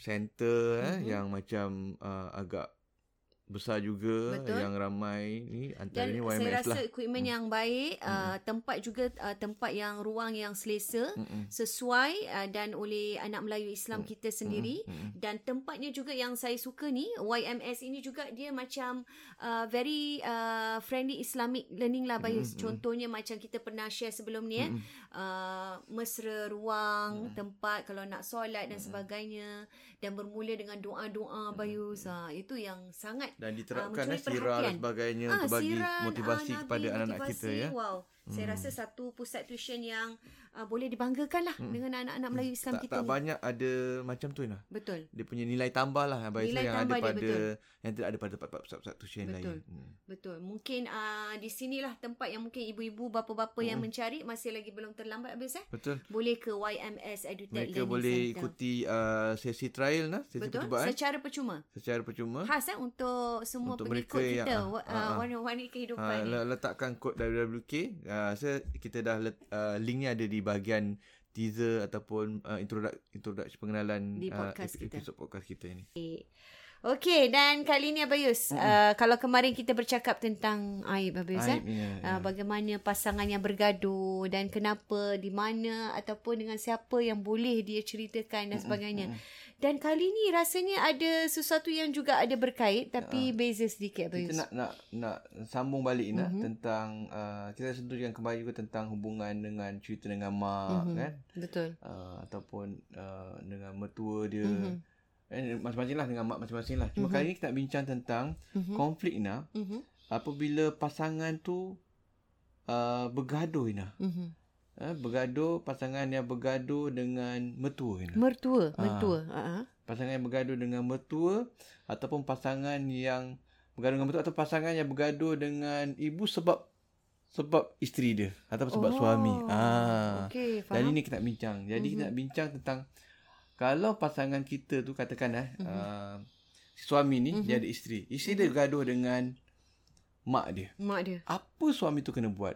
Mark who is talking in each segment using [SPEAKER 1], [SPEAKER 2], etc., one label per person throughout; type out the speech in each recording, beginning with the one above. [SPEAKER 1] center mm-hmm. eh,
[SPEAKER 2] Mhm.
[SPEAKER 1] yang macam uh, agak besar juga
[SPEAKER 2] Betul.
[SPEAKER 1] yang ramai ni
[SPEAKER 2] Dan
[SPEAKER 1] antaranya
[SPEAKER 2] saya
[SPEAKER 1] YMS
[SPEAKER 2] rasa
[SPEAKER 1] lah.
[SPEAKER 2] equipment
[SPEAKER 1] Mm.
[SPEAKER 2] yang baik, uh, tempat juga uh, tempat yang ruang yang selesa,
[SPEAKER 1] Mm-mm.
[SPEAKER 2] sesuai uh, dan oleh anak Melayu Islam
[SPEAKER 1] Mm.
[SPEAKER 2] kita sendiri.
[SPEAKER 1] Mm-mm.
[SPEAKER 2] dan tempatnya juga yang saya suka ni YMS ini juga dia macam uh, very uh, friendly Islamic learning lah Bayus.
[SPEAKER 1] Mm, mm.
[SPEAKER 2] Contohnya macam kita pernah share sebelum ni eh
[SPEAKER 1] Mm-mm.
[SPEAKER 2] uh, mesra ruang,
[SPEAKER 1] Mm.
[SPEAKER 2] tempat kalau nak solat dan
[SPEAKER 1] Mm.
[SPEAKER 2] sebagainya dan bermula dengan
[SPEAKER 1] Hmm.
[SPEAKER 2] doa-doa Bayus. Ah itu yang sangat
[SPEAKER 1] Dan diterapkan
[SPEAKER 2] mencuri
[SPEAKER 1] uh, sirah dan
[SPEAKER 2] Ah, perhatian.
[SPEAKER 1] sebagainya
[SPEAKER 2] Ah,
[SPEAKER 1] untuk bagi
[SPEAKER 2] siran,
[SPEAKER 1] motivasi
[SPEAKER 2] ah,
[SPEAKER 1] kepada
[SPEAKER 2] Nabi,
[SPEAKER 1] anak-anak kita
[SPEAKER 2] motivasi.
[SPEAKER 1] ya.
[SPEAKER 2] Wow. Hmm. Saya
[SPEAKER 1] Hmm.
[SPEAKER 2] rasa satu pusat tuition yang uh, boleh dibanggakan lah
[SPEAKER 1] Hmm.
[SPEAKER 2] dengan anak-anak Melayu Islam
[SPEAKER 1] Tak,
[SPEAKER 2] Kan kita
[SPEAKER 1] tak
[SPEAKER 2] ni.
[SPEAKER 1] banyak ada macam tu lah.
[SPEAKER 2] Betul.
[SPEAKER 1] Dia punya nilai tambah lah Abang Isla
[SPEAKER 2] Nilai
[SPEAKER 1] yang ada
[SPEAKER 2] tambah dia,
[SPEAKER 1] pada
[SPEAKER 2] betul.
[SPEAKER 1] yang tidak ada pada tempat pusat-pusat tuition lain.
[SPEAKER 2] Betul.
[SPEAKER 1] Hmm.
[SPEAKER 2] Betul. Mungkin uh, di sinilah tempat yang mungkin ibu-ibu, bapa-bapa mm. yang
[SPEAKER 1] Mm-mm.
[SPEAKER 2] mencari masih lagi belum terlambat habis eh.
[SPEAKER 1] Betul.
[SPEAKER 2] Boleh ke YMS Edutech
[SPEAKER 1] Mereka
[SPEAKER 2] Learning
[SPEAKER 1] boleh
[SPEAKER 2] Centre.
[SPEAKER 1] ikuti uh, sesi trial lah, sesi
[SPEAKER 2] Betul.
[SPEAKER 1] percubaan
[SPEAKER 2] Secara percuma.
[SPEAKER 1] secara percuma.
[SPEAKER 2] Khas eh untuk semua
[SPEAKER 1] Untuk
[SPEAKER 2] untuk
[SPEAKER 1] mereka
[SPEAKER 2] pengikut kita
[SPEAKER 1] yang-
[SPEAKER 2] yang, uh,
[SPEAKER 1] ah, ah.
[SPEAKER 2] warna-warni kehidupan
[SPEAKER 1] Ha,
[SPEAKER 2] ni.
[SPEAKER 1] le- letakkan kod WWK. Uh, saya kita dah let, uh, linknya ada di bahagian teaser ataupun uh, introduction introduction pengenalan
[SPEAKER 2] Di
[SPEAKER 1] ah,
[SPEAKER 2] podcast
[SPEAKER 1] epi-
[SPEAKER 2] kita.
[SPEAKER 1] episod podcast kita ni.
[SPEAKER 2] Okey dan kali ni Abayus, mm. uh, kalau kemarin kita bercakap tentang aib Abayus eh.
[SPEAKER 1] Hmm. Aib, ya, ya.
[SPEAKER 2] Uh, bagaimana pasangan yang bergaduh dan kenapa di mana ataupun dengan siapa yang boleh dia ceritakan dan sebagainya. Dan kali ni rasanya ada sesuatu yang juga ada berkait tapi beza sedikit
[SPEAKER 1] Ya. kita
[SPEAKER 2] Bayus.
[SPEAKER 1] nak nak nak sambung balik nak
[SPEAKER 2] Mhm.
[SPEAKER 1] tentang uh, kita sentuh yang kembali juga tentang hubungan dengan cerita dengan mak
[SPEAKER 2] Mhm.
[SPEAKER 1] kan
[SPEAKER 2] Betul.
[SPEAKER 1] uh, ataupun uh, dengan mertua dia
[SPEAKER 2] Mhm.
[SPEAKER 1] Eh, masing-masing lah dengan mak masing-masing lah. Cuma
[SPEAKER 2] Mhm.
[SPEAKER 1] kali ni kita nak bincang tentang
[SPEAKER 2] Mhm.
[SPEAKER 1] konflik Ina
[SPEAKER 2] Mhm.
[SPEAKER 1] apabila pasangan tu uh, bergaduh Ina.
[SPEAKER 2] Mhm.
[SPEAKER 1] Eh, bergaduh pasangan yang bergaduh dengan mertua Ina.
[SPEAKER 2] Mertua,
[SPEAKER 1] Ah.
[SPEAKER 2] mertua. Ha. Uh-huh.
[SPEAKER 1] pasangan yang bergaduh dengan mertua ataupun pasangan yang bergaduh dengan mertua atau pasangan yang bergaduh dengan ibu sebab sebab isteri dia atau Oh, sebab suami. Ah.
[SPEAKER 2] Oh. Okey,
[SPEAKER 1] Dan
[SPEAKER 2] faham.
[SPEAKER 1] ini kita nak bincang. Jadi mm-hmm. kita
[SPEAKER 2] Mhm.
[SPEAKER 1] nak bincang tentang kalau pasangan kita tu katakan eh
[SPEAKER 2] Mhm.
[SPEAKER 1] uh, si suami ni
[SPEAKER 2] Mhm.
[SPEAKER 1] dia ada isteri. Isteri dia gaduh dengan mak dia.
[SPEAKER 2] mak dia.
[SPEAKER 1] Apa suami tu kena buat?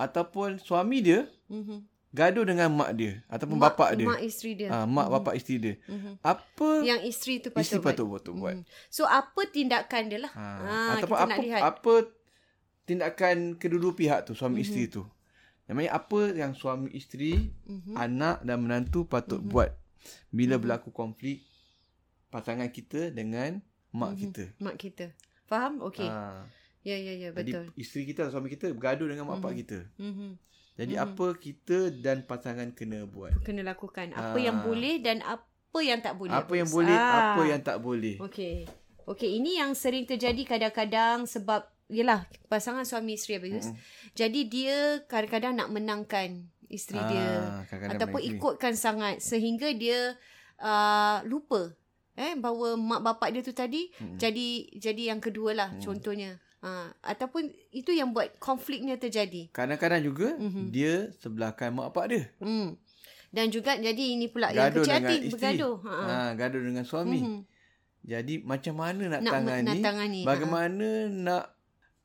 [SPEAKER 1] Ataupun suami dia
[SPEAKER 2] Mhm.
[SPEAKER 1] gaduh dengan mak dia ataupun
[SPEAKER 2] Mak-
[SPEAKER 1] bapak dia.
[SPEAKER 2] Mak isteri dia.
[SPEAKER 1] Ah, mak
[SPEAKER 2] Mhm.
[SPEAKER 1] bapak isteri dia.
[SPEAKER 2] Mhm.
[SPEAKER 1] Apa
[SPEAKER 2] Yang isteri tu patut
[SPEAKER 1] isteri
[SPEAKER 2] buat.
[SPEAKER 1] patut buat? tu buat?
[SPEAKER 2] Mhm. So apa tindakan dia lah?
[SPEAKER 1] Ha,
[SPEAKER 2] Ah,
[SPEAKER 1] ataupun
[SPEAKER 2] kita
[SPEAKER 1] apa
[SPEAKER 2] nak lihat.
[SPEAKER 1] apa tindakan kedua-dua pihak tu suami
[SPEAKER 2] Mhm.
[SPEAKER 1] mm-hmm. isteri tu. Namanya apa yang suami isteri
[SPEAKER 2] Mhm.
[SPEAKER 1] anak dan menantu
[SPEAKER 2] Mhm.
[SPEAKER 1] patut mm-hmm. buat bila
[SPEAKER 2] Mhm.
[SPEAKER 1] mm-hmm. berlaku konflik pasangan kita dengan
[SPEAKER 2] Mhm.
[SPEAKER 1] mak mm-hmm. kita.
[SPEAKER 2] Mak kita. Faham? Okey.
[SPEAKER 1] Ha.
[SPEAKER 2] Ya, ya, ya.
[SPEAKER 1] Jadi
[SPEAKER 2] Betul.
[SPEAKER 1] isteri kita atau suami kita bergaduh dengan mak pak kita.
[SPEAKER 2] Mhm.
[SPEAKER 1] Jadi apa kita dan pasangan kena buat?
[SPEAKER 2] Kena lakukan. Apa
[SPEAKER 1] Ah.
[SPEAKER 2] yang boleh dan apa yang tak boleh.
[SPEAKER 1] apa yang
[SPEAKER 2] Abis.
[SPEAKER 1] boleh,
[SPEAKER 2] Ah.
[SPEAKER 1] apa yang tak boleh.
[SPEAKER 2] Okey. Okey, ini yang sering terjadi kadang-kadang sebab Yelah, pasangan suami isteri
[SPEAKER 1] Mhm.
[SPEAKER 2] abis. Mm. Jadi dia kadang-kadang nak menangkan isteri ah, dia
[SPEAKER 1] kadang-kadang
[SPEAKER 2] ataupun
[SPEAKER 1] mereka ni.
[SPEAKER 2] ikutkan sangat sehingga dia uh, lupa eh bahawa mak bapak dia tu tadi
[SPEAKER 1] Mhm.
[SPEAKER 2] mm. jadi jadi yang kedua lah mm. contohnya. Ha, ataupun itu yang buat konfliknya terjadi.
[SPEAKER 1] Kadang-kadang juga
[SPEAKER 2] Mhm.
[SPEAKER 1] mm-hmm. dia sebelahkan mak pak dia.
[SPEAKER 2] Hmm. Dan juga jadi ini pula yang
[SPEAKER 1] Gaduh
[SPEAKER 2] kecil
[SPEAKER 1] dengan
[SPEAKER 2] hati
[SPEAKER 1] isteri.
[SPEAKER 2] bergaduh. Ha. Mhm. Hmm.
[SPEAKER 1] Ha, gaduh dengan suami. Mm-hmm. Jadi macam mana nak,
[SPEAKER 2] Nak me-
[SPEAKER 1] tangani,
[SPEAKER 2] nak tangani, ha.
[SPEAKER 1] Bagaimana nak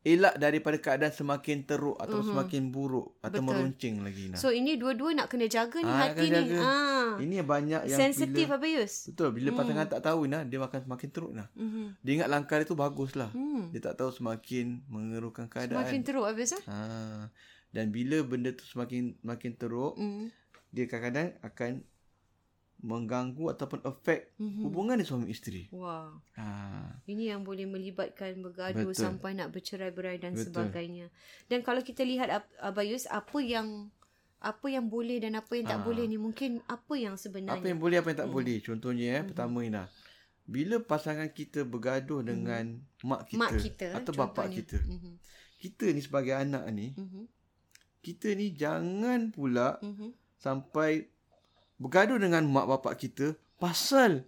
[SPEAKER 1] elak daripada keadaan semakin teruk atau mm-hmm. semakin buruk
[SPEAKER 2] Mhm. Betul.
[SPEAKER 1] atau meruncing lagi nak.
[SPEAKER 2] So ini dua-dua nak kena jaga ni
[SPEAKER 1] Ah,
[SPEAKER 2] hati
[SPEAKER 1] kena
[SPEAKER 2] ni.
[SPEAKER 1] jaga.
[SPEAKER 2] Ah.
[SPEAKER 1] Ini yang banyak yang
[SPEAKER 2] Sensitif
[SPEAKER 1] bila,
[SPEAKER 2] apa Mhm. Yus?
[SPEAKER 1] betul bila pasangan tak tahu nah dia makan semakin teruk nah.
[SPEAKER 2] Mhm.
[SPEAKER 1] Dia ingat langkah dia tu baguslah.
[SPEAKER 2] Hmm.
[SPEAKER 1] Dia kan? tak tahu semakin mengeruhkan keadaan.
[SPEAKER 2] Makin teruk habis ah.
[SPEAKER 1] Ha. Dan bila benda tu semakin makin teruk, mm.
[SPEAKER 2] Hmm.
[SPEAKER 1] dia kadang-kadang akan mengganggu ataupun
[SPEAKER 2] Mhm.
[SPEAKER 1] affect mm-hmm. hubungan dia suami isteri.
[SPEAKER 2] Wah,
[SPEAKER 1] Ha.
[SPEAKER 2] ini yang boleh melibatkan bergaduh
[SPEAKER 1] Betul.
[SPEAKER 2] sampai nak bercerai-berai dan
[SPEAKER 1] Betul.
[SPEAKER 2] sebagainya. Dan kalau kita lihat Ab- Abang Yus, apa yang apa yang boleh dan apa yang tak boleh ni mungkin apa yang sebenarnya.
[SPEAKER 1] Ah.
[SPEAKER 2] Hmm.
[SPEAKER 1] Apa yang boleh apa yang tak mm. boleh. Contohnya eh mm-hmm. pertama Ina. Bila pasangan kita bergaduh dengan mak kita,
[SPEAKER 2] Hmm. Mak kita,
[SPEAKER 1] atau
[SPEAKER 2] contohnya.
[SPEAKER 1] bapak kita.
[SPEAKER 2] Mhm.
[SPEAKER 1] Kita ni sebagai anak ni,
[SPEAKER 2] Mhm.
[SPEAKER 1] kita ni jangan pula
[SPEAKER 2] Mhm.
[SPEAKER 1] sampai bergaduh dengan mak bapak kita pasal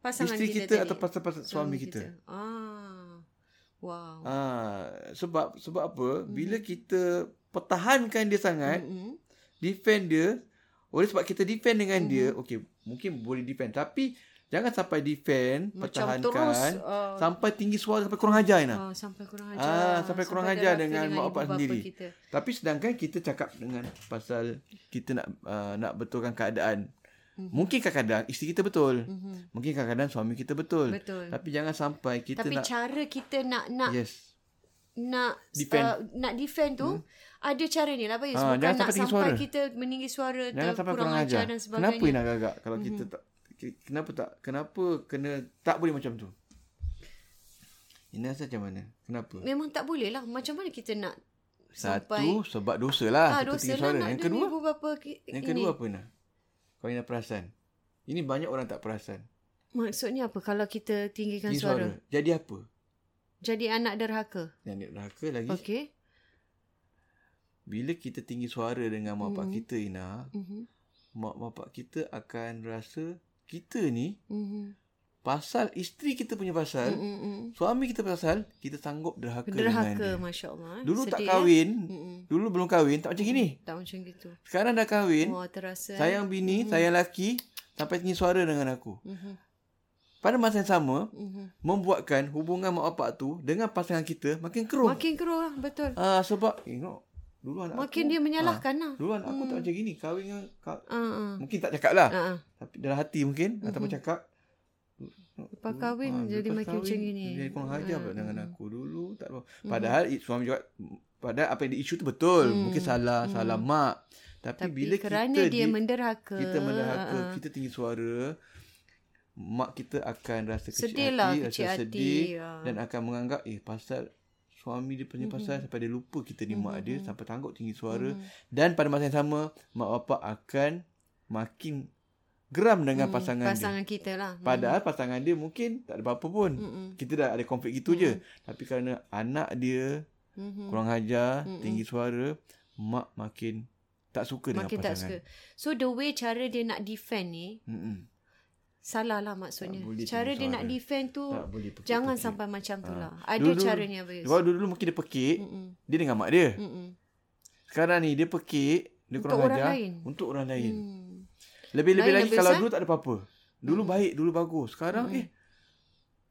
[SPEAKER 2] Pasangan
[SPEAKER 1] isteri
[SPEAKER 2] kita,
[SPEAKER 1] kita,
[SPEAKER 2] tadi.
[SPEAKER 1] atau pasal pasal suami kita.
[SPEAKER 2] Ah. Wow.
[SPEAKER 1] Ah, sebab sebab apa?
[SPEAKER 2] Hmm.
[SPEAKER 1] Bila kita pertahankan dia sangat,
[SPEAKER 2] Mhm.
[SPEAKER 1] defend dia, oleh sebab kita defend dengan dia,
[SPEAKER 2] Hmm.
[SPEAKER 1] okey, mungkin boleh defend tapi jangan sampai defend,
[SPEAKER 2] Macam
[SPEAKER 1] pertahankan
[SPEAKER 2] terus, ah.
[SPEAKER 1] sampai tinggi suara sampai kurang ajar
[SPEAKER 2] Ah,
[SPEAKER 1] nak.
[SPEAKER 2] sampai kurang ajar.
[SPEAKER 1] Ah, sampai kurang ajar
[SPEAKER 2] ada
[SPEAKER 1] dengan
[SPEAKER 2] rasa
[SPEAKER 1] mak
[SPEAKER 2] ibu
[SPEAKER 1] bapak
[SPEAKER 2] bapa
[SPEAKER 1] sendiri.
[SPEAKER 2] Kita.
[SPEAKER 1] Tapi sedangkan kita cakap dengan pasal kita nak uh, nak betulkan keadaan.
[SPEAKER 2] Mhm.
[SPEAKER 1] Mungkin kadang-kadang isteri kita betul. Mungkin kadang-kadang suami kita betul.
[SPEAKER 2] Mm-hmm. Betul.
[SPEAKER 1] Tapi jangan sampai kita
[SPEAKER 2] Tapi
[SPEAKER 1] nak
[SPEAKER 2] cara kita nak nak
[SPEAKER 1] yes.
[SPEAKER 2] nak defend.
[SPEAKER 1] Defend.
[SPEAKER 2] Uh, nak defend tu hmm. ada cara ni lah Bayus. Bukan
[SPEAKER 1] Ah, jangan
[SPEAKER 2] nak
[SPEAKER 1] sampai tinggi
[SPEAKER 2] sampai
[SPEAKER 1] suara.
[SPEAKER 2] kita meninggi suara
[SPEAKER 1] Jangan
[SPEAKER 2] ter,
[SPEAKER 1] sampai
[SPEAKER 2] kurang, ajar dan
[SPEAKER 1] Kenapa
[SPEAKER 2] sebagainya. Mhm.
[SPEAKER 1] nak gagak kalau mm-hmm. kita tak ke- kenapa tak kenapa kena tak boleh macam tu? Ina rasa macam mana? Kenapa?
[SPEAKER 2] Memang tak boleh lah. Macam mana kita nak
[SPEAKER 1] Satu
[SPEAKER 2] sampai
[SPEAKER 1] sebab dosa lah
[SPEAKER 2] ah,
[SPEAKER 1] kita
[SPEAKER 2] dosa
[SPEAKER 1] tinggi
[SPEAKER 2] lah
[SPEAKER 1] suara.
[SPEAKER 2] nak
[SPEAKER 1] Yang
[SPEAKER 2] demi
[SPEAKER 1] kedua,
[SPEAKER 2] ibu bapa ki-
[SPEAKER 1] yang
[SPEAKER 2] ini.
[SPEAKER 1] kedua apa Ina? Kau Ina perasan. Ini banyak orang tak perasan.
[SPEAKER 2] Maksudnya apa kalau kita tinggikan
[SPEAKER 1] Tinggi
[SPEAKER 2] suara?
[SPEAKER 1] suara. Jadi apa?
[SPEAKER 2] Jadi anak derhaka.
[SPEAKER 1] Yang ni neraka lagi. Okay.
[SPEAKER 2] Okey.
[SPEAKER 1] Bila kita tinggi suara dengan mak
[SPEAKER 2] Hmm.
[SPEAKER 1] bapak kita Ina,
[SPEAKER 2] Mhm.
[SPEAKER 1] mak bapak kita akan rasa kita ni
[SPEAKER 2] Mhm.
[SPEAKER 1] pasal isteri kita punya pasal,
[SPEAKER 2] Mhm, mhm.
[SPEAKER 1] suami kita pasal, kita sanggup derhaka, derhaka dengan dia.
[SPEAKER 2] Derhaka masya-Allah.
[SPEAKER 1] Dulu
[SPEAKER 2] Sedih,
[SPEAKER 1] tak
[SPEAKER 2] eh?
[SPEAKER 1] kahwin,
[SPEAKER 2] Mm-mm.
[SPEAKER 1] dulu belum kahwin tak macam gini.
[SPEAKER 2] Tak macam gitu.
[SPEAKER 1] Sekarang dah kahwin,
[SPEAKER 2] Wah, terasa. eh?
[SPEAKER 1] sayang bini, sayang laki, sampai tinggi suara dengan aku.
[SPEAKER 2] Mhm.
[SPEAKER 1] Pada masa yang sama,
[SPEAKER 2] Mhm.
[SPEAKER 1] membuatkan hubungan mak bapak tu dengan pasangan kita makin keruh.
[SPEAKER 2] Makin keruh lah, betul.
[SPEAKER 1] Ah sebab you know, dulu anak
[SPEAKER 2] Makin
[SPEAKER 1] aku,
[SPEAKER 2] dia menyalahkan lah.
[SPEAKER 1] dulu anak aku tak macam gini, kahwin dengan ka,
[SPEAKER 2] Ah, ah.
[SPEAKER 1] mungkin tak cakap lah.
[SPEAKER 2] Ah, ah.
[SPEAKER 1] Tapi dalam hati mungkin ataupun cakap
[SPEAKER 2] Hmm. Lepas kahwin
[SPEAKER 1] Ah,
[SPEAKER 2] jadi
[SPEAKER 1] lepas
[SPEAKER 2] makin
[SPEAKER 1] kahwin,
[SPEAKER 2] macam gini. Ah. Hmm.
[SPEAKER 1] Jadi kurang ajar pula dengan aku dulu tak apa.
[SPEAKER 2] Mm-hmm.
[SPEAKER 1] Padahal mm. suami juga padahal apa yang di isu tu betul. Mm. Mungkin salah, mm. salah mak.
[SPEAKER 2] Hmm.
[SPEAKER 1] Tapi,
[SPEAKER 2] Tapi
[SPEAKER 1] bila
[SPEAKER 2] kerana
[SPEAKER 1] kita
[SPEAKER 2] dia
[SPEAKER 1] di-
[SPEAKER 2] menderhaka.
[SPEAKER 1] kita menderhaka,
[SPEAKER 2] ah, ah.
[SPEAKER 1] kita tinggi suara, mak kita akan rasa kecil
[SPEAKER 2] Sedih
[SPEAKER 1] hati,
[SPEAKER 2] lah,
[SPEAKER 1] rasa
[SPEAKER 2] kecil hati,
[SPEAKER 1] sedih
[SPEAKER 2] ah. Hmm.
[SPEAKER 1] dan akan menganggap eh pasal suami dia punya pasal sampai dia lupa kita ni mak dia sampai tanggup tinggi suara
[SPEAKER 2] Mm-hmm.
[SPEAKER 1] dan pada masa yang sama mak bapak akan makin geram dengan pasangan
[SPEAKER 2] Mm-hmm. Hmm,
[SPEAKER 1] dia.
[SPEAKER 2] Pasangan Hmm. kita lah. Mm-hmm.
[SPEAKER 1] Padahal pasangan dia mungkin tak ada apa-apa pun. Mm-mm. Kita dah ada konflik gitu
[SPEAKER 2] Hmm.
[SPEAKER 1] je. Tapi kerana anak dia
[SPEAKER 2] Mhm.
[SPEAKER 1] kurang ajar, Mm-mm. tinggi suara, mak makin tak suka dengan
[SPEAKER 2] Makin tak
[SPEAKER 1] pasangan. Hmm,
[SPEAKER 2] suka. So the way cara dia nak defend ni
[SPEAKER 1] Mm-mm.
[SPEAKER 2] salah lah maksudnya.
[SPEAKER 1] Tak boleh
[SPEAKER 2] Cara
[SPEAKER 1] tinggi
[SPEAKER 2] dia nak
[SPEAKER 1] suara.
[SPEAKER 2] defend tu
[SPEAKER 1] Tak Ah. boleh pekik-pekik.
[SPEAKER 2] jangan sampai macam tu lah. Ada
[SPEAKER 1] Dulu-
[SPEAKER 2] caranya Bayus.
[SPEAKER 1] Kalau dulu mungkin dia pekik,
[SPEAKER 2] Mm-mm.
[SPEAKER 1] dia dengan mak dia.
[SPEAKER 2] Mm-mm.
[SPEAKER 1] Sekarang ni dia pekik, dia kurang
[SPEAKER 2] Hmm. orang
[SPEAKER 1] ajar
[SPEAKER 2] lain.
[SPEAKER 1] untuk orang lain.
[SPEAKER 2] Hmm.
[SPEAKER 1] Lebih-lebih
[SPEAKER 2] Lain
[SPEAKER 1] lagi
[SPEAKER 2] habis,
[SPEAKER 1] kalau
[SPEAKER 2] eh? Hmm.
[SPEAKER 1] dulu tak ada apa-apa. Dulu baik, dulu bagus. Sekarang eh